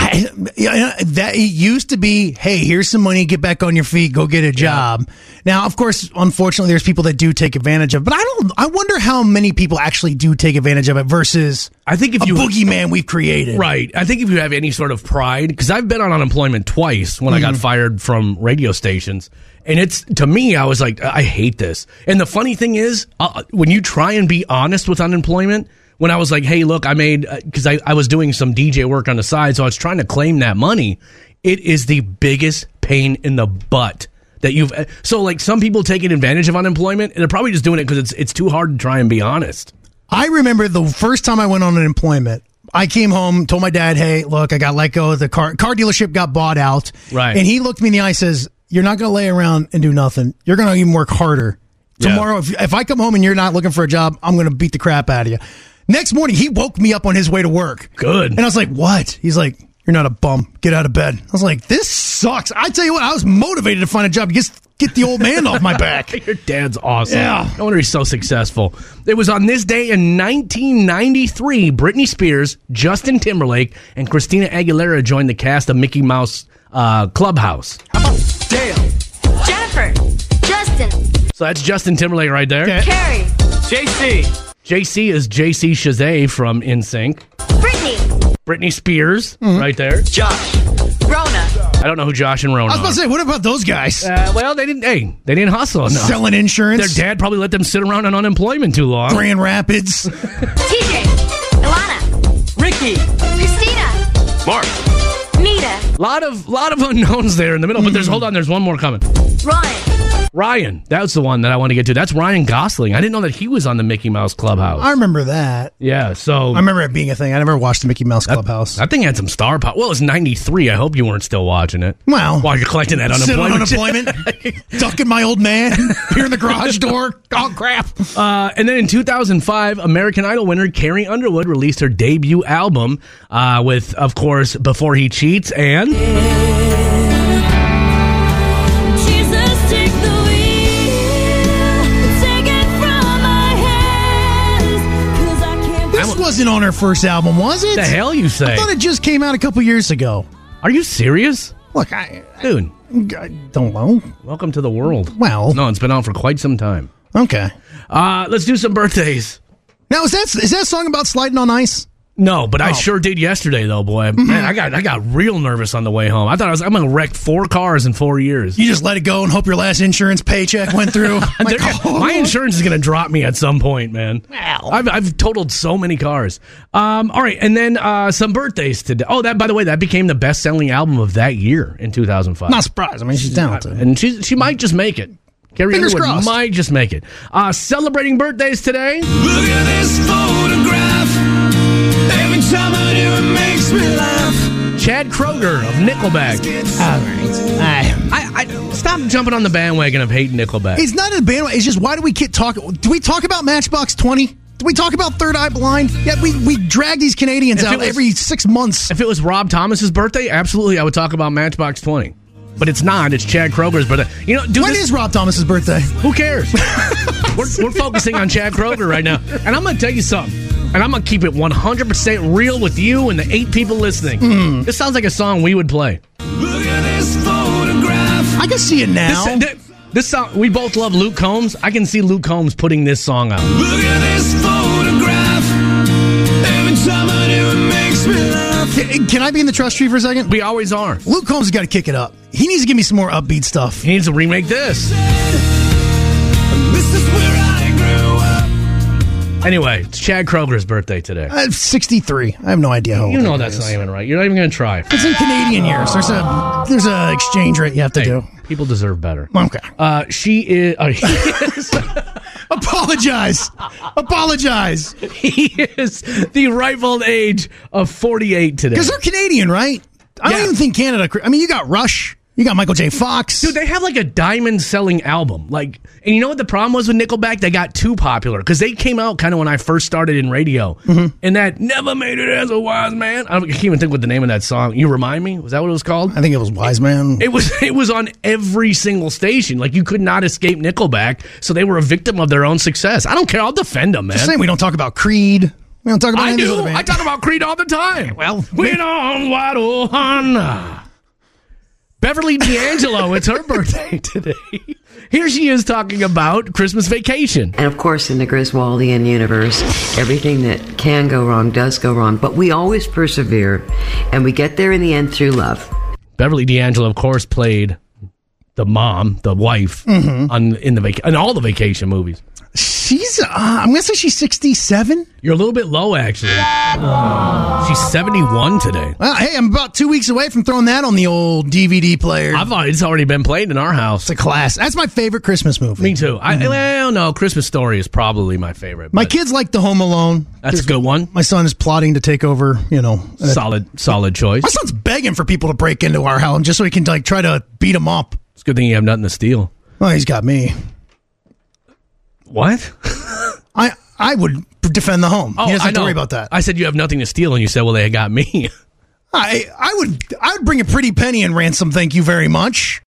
[SPEAKER 2] I, yeah, you know, that it used to be, hey, here's some money, get back on your feet, go get a job. Now, of course, unfortunately, there's people that do take advantage of, it, but I don't. I wonder how many people actually do take advantage of it versus
[SPEAKER 1] I think if
[SPEAKER 2] a
[SPEAKER 1] you
[SPEAKER 2] boogeyman we've created.
[SPEAKER 1] Right. I think if you have any sort of pride, because I've been on unemployment twice when I got fired from radio stations. And it's, to me, I was like, I I hate this. And the funny thing is, uh, when you try and be honest with unemployment, when I was like, hey, look, I made, because I, I was doing some DJ work on the side, so I was trying to claim that money. It is the biggest pain in the butt that you've. uh, So, like, some people taking advantage of unemployment, and they're probably just doing it because it's, it's too hard to try and be honest.
[SPEAKER 2] I remember the first time I went on unemployment. I came home, told my dad, "Hey, look, I got let go. The car car dealership got bought out."
[SPEAKER 1] Right.
[SPEAKER 2] And he looked me in the eye, and says, "You're not going to lay around and do nothing. You're going to even work harder tomorrow. If, if I come home and you're not looking for a job, I'm going to beat the crap out of you." Next morning, he woke me up on his way to work.
[SPEAKER 1] Good.
[SPEAKER 2] And I was like, "What?" He's like, "You're not a bum. Get out of bed." I was like, "This sucks." I tell you what, I was motivated to find a job. Just get the old man off my back.
[SPEAKER 1] Your dad's awesome.
[SPEAKER 2] Yeah.
[SPEAKER 1] No wonder he's so successful. It was on this day in 1993, Britney Spears, Justin Timberlake, and Christina Aguilera joined the cast of Mickey Mouse uh, Clubhouse.
[SPEAKER 11] Jennifer, Justin,
[SPEAKER 1] So that's Justin Timberlake right there.
[SPEAKER 2] Okay.
[SPEAKER 11] Carrie,
[SPEAKER 1] JC is JC Shazay from NSYNC.
[SPEAKER 11] Brittany,
[SPEAKER 1] Britney Spears
[SPEAKER 2] Mm-hmm.
[SPEAKER 1] right there.
[SPEAKER 11] Rona,
[SPEAKER 1] I don't know who Josh and Rona
[SPEAKER 2] I was about to
[SPEAKER 1] are.
[SPEAKER 2] say, what about those guys
[SPEAKER 1] Uh, well, they didn't. Hey, they didn't hustle enough.
[SPEAKER 2] selling
[SPEAKER 1] Their
[SPEAKER 2] insurance?
[SPEAKER 1] dad probably let them sit around on unemployment too long.
[SPEAKER 2] Grand Rapids.
[SPEAKER 11] TJ, Ilana,
[SPEAKER 9] Ricky,
[SPEAKER 11] Christina,
[SPEAKER 10] Mark,
[SPEAKER 11] Nita,
[SPEAKER 1] lot of lot of unknowns there in the middle. But
[SPEAKER 2] Mm-hmm.
[SPEAKER 1] there's hold on. There's one more coming.
[SPEAKER 11] Ryan,
[SPEAKER 1] Ryan. That's the one that I want to get to. That's Ryan Gosling. I didn't know that he was on the Mickey Mouse Clubhouse.
[SPEAKER 2] I remember that.
[SPEAKER 1] yeah, so
[SPEAKER 2] I remember it being a thing. I never watched the Mickey Mouse Clubhouse.
[SPEAKER 1] that thing had some star power. Well, it's 93. I hope you weren't still watching it.
[SPEAKER 2] Well,
[SPEAKER 1] While you're collecting that
[SPEAKER 2] Sit on
[SPEAKER 1] unemployment.
[SPEAKER 2] unemployment, ducking my old man here in the garage door. Oh crap!
[SPEAKER 1] Uh, and then in 2005, American Idol winner Carrie Underwood released her debut album uh, with, of course, Before He Cheats and.
[SPEAKER 11] Jesus, take the wheel, take it from my hands, 'cause I can't
[SPEAKER 2] This wasn't on her first album, was it?
[SPEAKER 1] The hell you say?
[SPEAKER 2] I thought it just came out a couple years ago.
[SPEAKER 1] Are you serious?
[SPEAKER 2] Look, I,
[SPEAKER 1] Dude,
[SPEAKER 2] I don't know.
[SPEAKER 1] welcome to the world.
[SPEAKER 2] Well,
[SPEAKER 1] No, it's been on for quite some time.
[SPEAKER 2] okay.
[SPEAKER 1] Uh, let's do some birthdays.
[SPEAKER 2] Now is that is that song about sliding on ice?
[SPEAKER 1] No, but I
[SPEAKER 2] Oh.
[SPEAKER 1] sure did yesterday though, boy. Man, I got I got real nervous on the way home. I thought I was I'm gonna wreck four cars in four years.
[SPEAKER 2] You just let it go and hope your last insurance paycheck went through. I'm like, oh.
[SPEAKER 1] My insurance is gonna drop me at some point, man.
[SPEAKER 2] Wow.
[SPEAKER 1] I've I've totaled so many cars. Um, all right, and then uh, some birthdays today. Oh, that by the way, that became the best selling album of that year in 2005.
[SPEAKER 2] Not surprised. I mean, she's talented.
[SPEAKER 1] and she she might just make it. Carrie
[SPEAKER 2] Fingers
[SPEAKER 1] Underwood
[SPEAKER 2] crossed.
[SPEAKER 1] might just make it. Uh, celebrating birthdays today.
[SPEAKER 9] Look at this photograph. Every time I do it makes me laugh.
[SPEAKER 1] Chad Kroger of Nickelback.
[SPEAKER 2] All right. I-
[SPEAKER 1] I, I stop jumping on the bandwagon of hating Nickelback.
[SPEAKER 2] It's not a bandwagon. It's just why do we keep talking? Do we talk about Matchbox Twenty? Do we talk about Third Eye Blind? Yet we we drag these Canadians
[SPEAKER 1] If it
[SPEAKER 2] out
[SPEAKER 1] was-
[SPEAKER 2] every six months.
[SPEAKER 1] If it was Rob Thomas's birthday, absolutely, I would talk about Matchbox Twenty. But it's not. It's Chad Kroger's birthday. You know, dude,
[SPEAKER 2] When
[SPEAKER 1] this-
[SPEAKER 2] is Rob Thomas's birthday?
[SPEAKER 1] who cares? we're, we're focusing on Chad Kroger right now, and I'm going to tell you something. And I'm going to keep it 100% real with you and the eight people listening.
[SPEAKER 9] Hmm.
[SPEAKER 1] This sounds like a song we would play.
[SPEAKER 9] Look at this photograph.
[SPEAKER 2] I can see it
[SPEAKER 1] This,
[SPEAKER 2] now.
[SPEAKER 1] th- this song, we both love Luke Combs. I can see Luke Combs putting this song out.
[SPEAKER 9] Look at this photograph. Every time I do it makes me laugh.
[SPEAKER 2] Can, can I be in the trust tree for a second?
[SPEAKER 1] We always are.
[SPEAKER 2] Luke Combs has got to kick it up. He needs to give me some more upbeat stuff.
[SPEAKER 1] He needs to remake this.
[SPEAKER 9] This is where I grew up.
[SPEAKER 1] Anyway, it's Chad Kroger's birthday today.
[SPEAKER 2] I'm 63. I have no idea how.
[SPEAKER 1] You
[SPEAKER 2] old
[SPEAKER 1] know
[SPEAKER 2] that
[SPEAKER 1] that's
[SPEAKER 2] is.
[SPEAKER 1] not even right. You're not even going to try.
[SPEAKER 2] It's in Canadian years. There's a there's a exchange rate you have to
[SPEAKER 1] Hey,
[SPEAKER 2] do.
[SPEAKER 1] people deserve better.
[SPEAKER 2] Okay.
[SPEAKER 1] Uh, she is. Uh, he is.
[SPEAKER 2] Apologize. Apologize.
[SPEAKER 1] he is the rifled age of 48 today.
[SPEAKER 2] Because they're Canadian, right? I don't even think Canada. I mean, you got Rush. You got Michael J. Fox.
[SPEAKER 1] Dude, they have like a diamond selling album. Like, and you know what the problem was with Nickelback? They got too popular because they came out kind of when I first started in radio. And that never made it as a wise man. I, don't, I can't even think what the name of that song. You remind me? Was that what it was called?
[SPEAKER 2] I think it was Wise Man.
[SPEAKER 1] It was it was on every single station. Like you could not escape Nickelback, so they were a victim of their own success. I don't care. I'll defend them, man.
[SPEAKER 2] Just saying, we don't talk about Creed. We don't talk about
[SPEAKER 1] I
[SPEAKER 2] any of these
[SPEAKER 1] do.
[SPEAKER 2] other
[SPEAKER 1] I
[SPEAKER 2] bands.
[SPEAKER 1] talk about Creed all the time.
[SPEAKER 2] Well,
[SPEAKER 1] we don't waddle on. Beverly D'Angelo, it's her birthday today. Here she is talking about Christmas vacation.
[SPEAKER 12] And of course, in the Griswoldian universe, everything that can go wrong does go wrong, but we always persevere and we get there in the end through love.
[SPEAKER 1] Beverly D'Angelo, of course, played the mom, the wife,
[SPEAKER 2] Mm-hmm.
[SPEAKER 1] on in the vac- in all the vacation movies.
[SPEAKER 2] She's. Uh, I'm gonna say she's 67.
[SPEAKER 1] You're a little bit low, actually. She's 71 today.
[SPEAKER 2] Well, Uh, hey, I'm about two weeks away from throwing that on the old DVD player.
[SPEAKER 1] I've al- it's already been played in our house.
[SPEAKER 2] It's a class. That's my favorite Christmas movie.
[SPEAKER 1] Me too. I, well, no, Christmas Story is probably my favorite.
[SPEAKER 2] Mm-hmm. My kids like The Home Alone.
[SPEAKER 1] That's a good one.
[SPEAKER 2] My son is plotting to take over. You know, uh,
[SPEAKER 1] Solid, solid choice.
[SPEAKER 2] my son's begging for people to break into our house just so he can like try to beat him up.
[SPEAKER 1] It's a good thing you have nothing to steal.
[SPEAKER 2] Well, he's got me.
[SPEAKER 1] What?
[SPEAKER 2] I I would defend the home. he doesn't have to
[SPEAKER 1] know.
[SPEAKER 2] worry about that.
[SPEAKER 1] Oh, I said you have nothing to steal, and you said, "Well, they got me."
[SPEAKER 2] I I would I would bring a pretty penny in ransom. Thank you very much.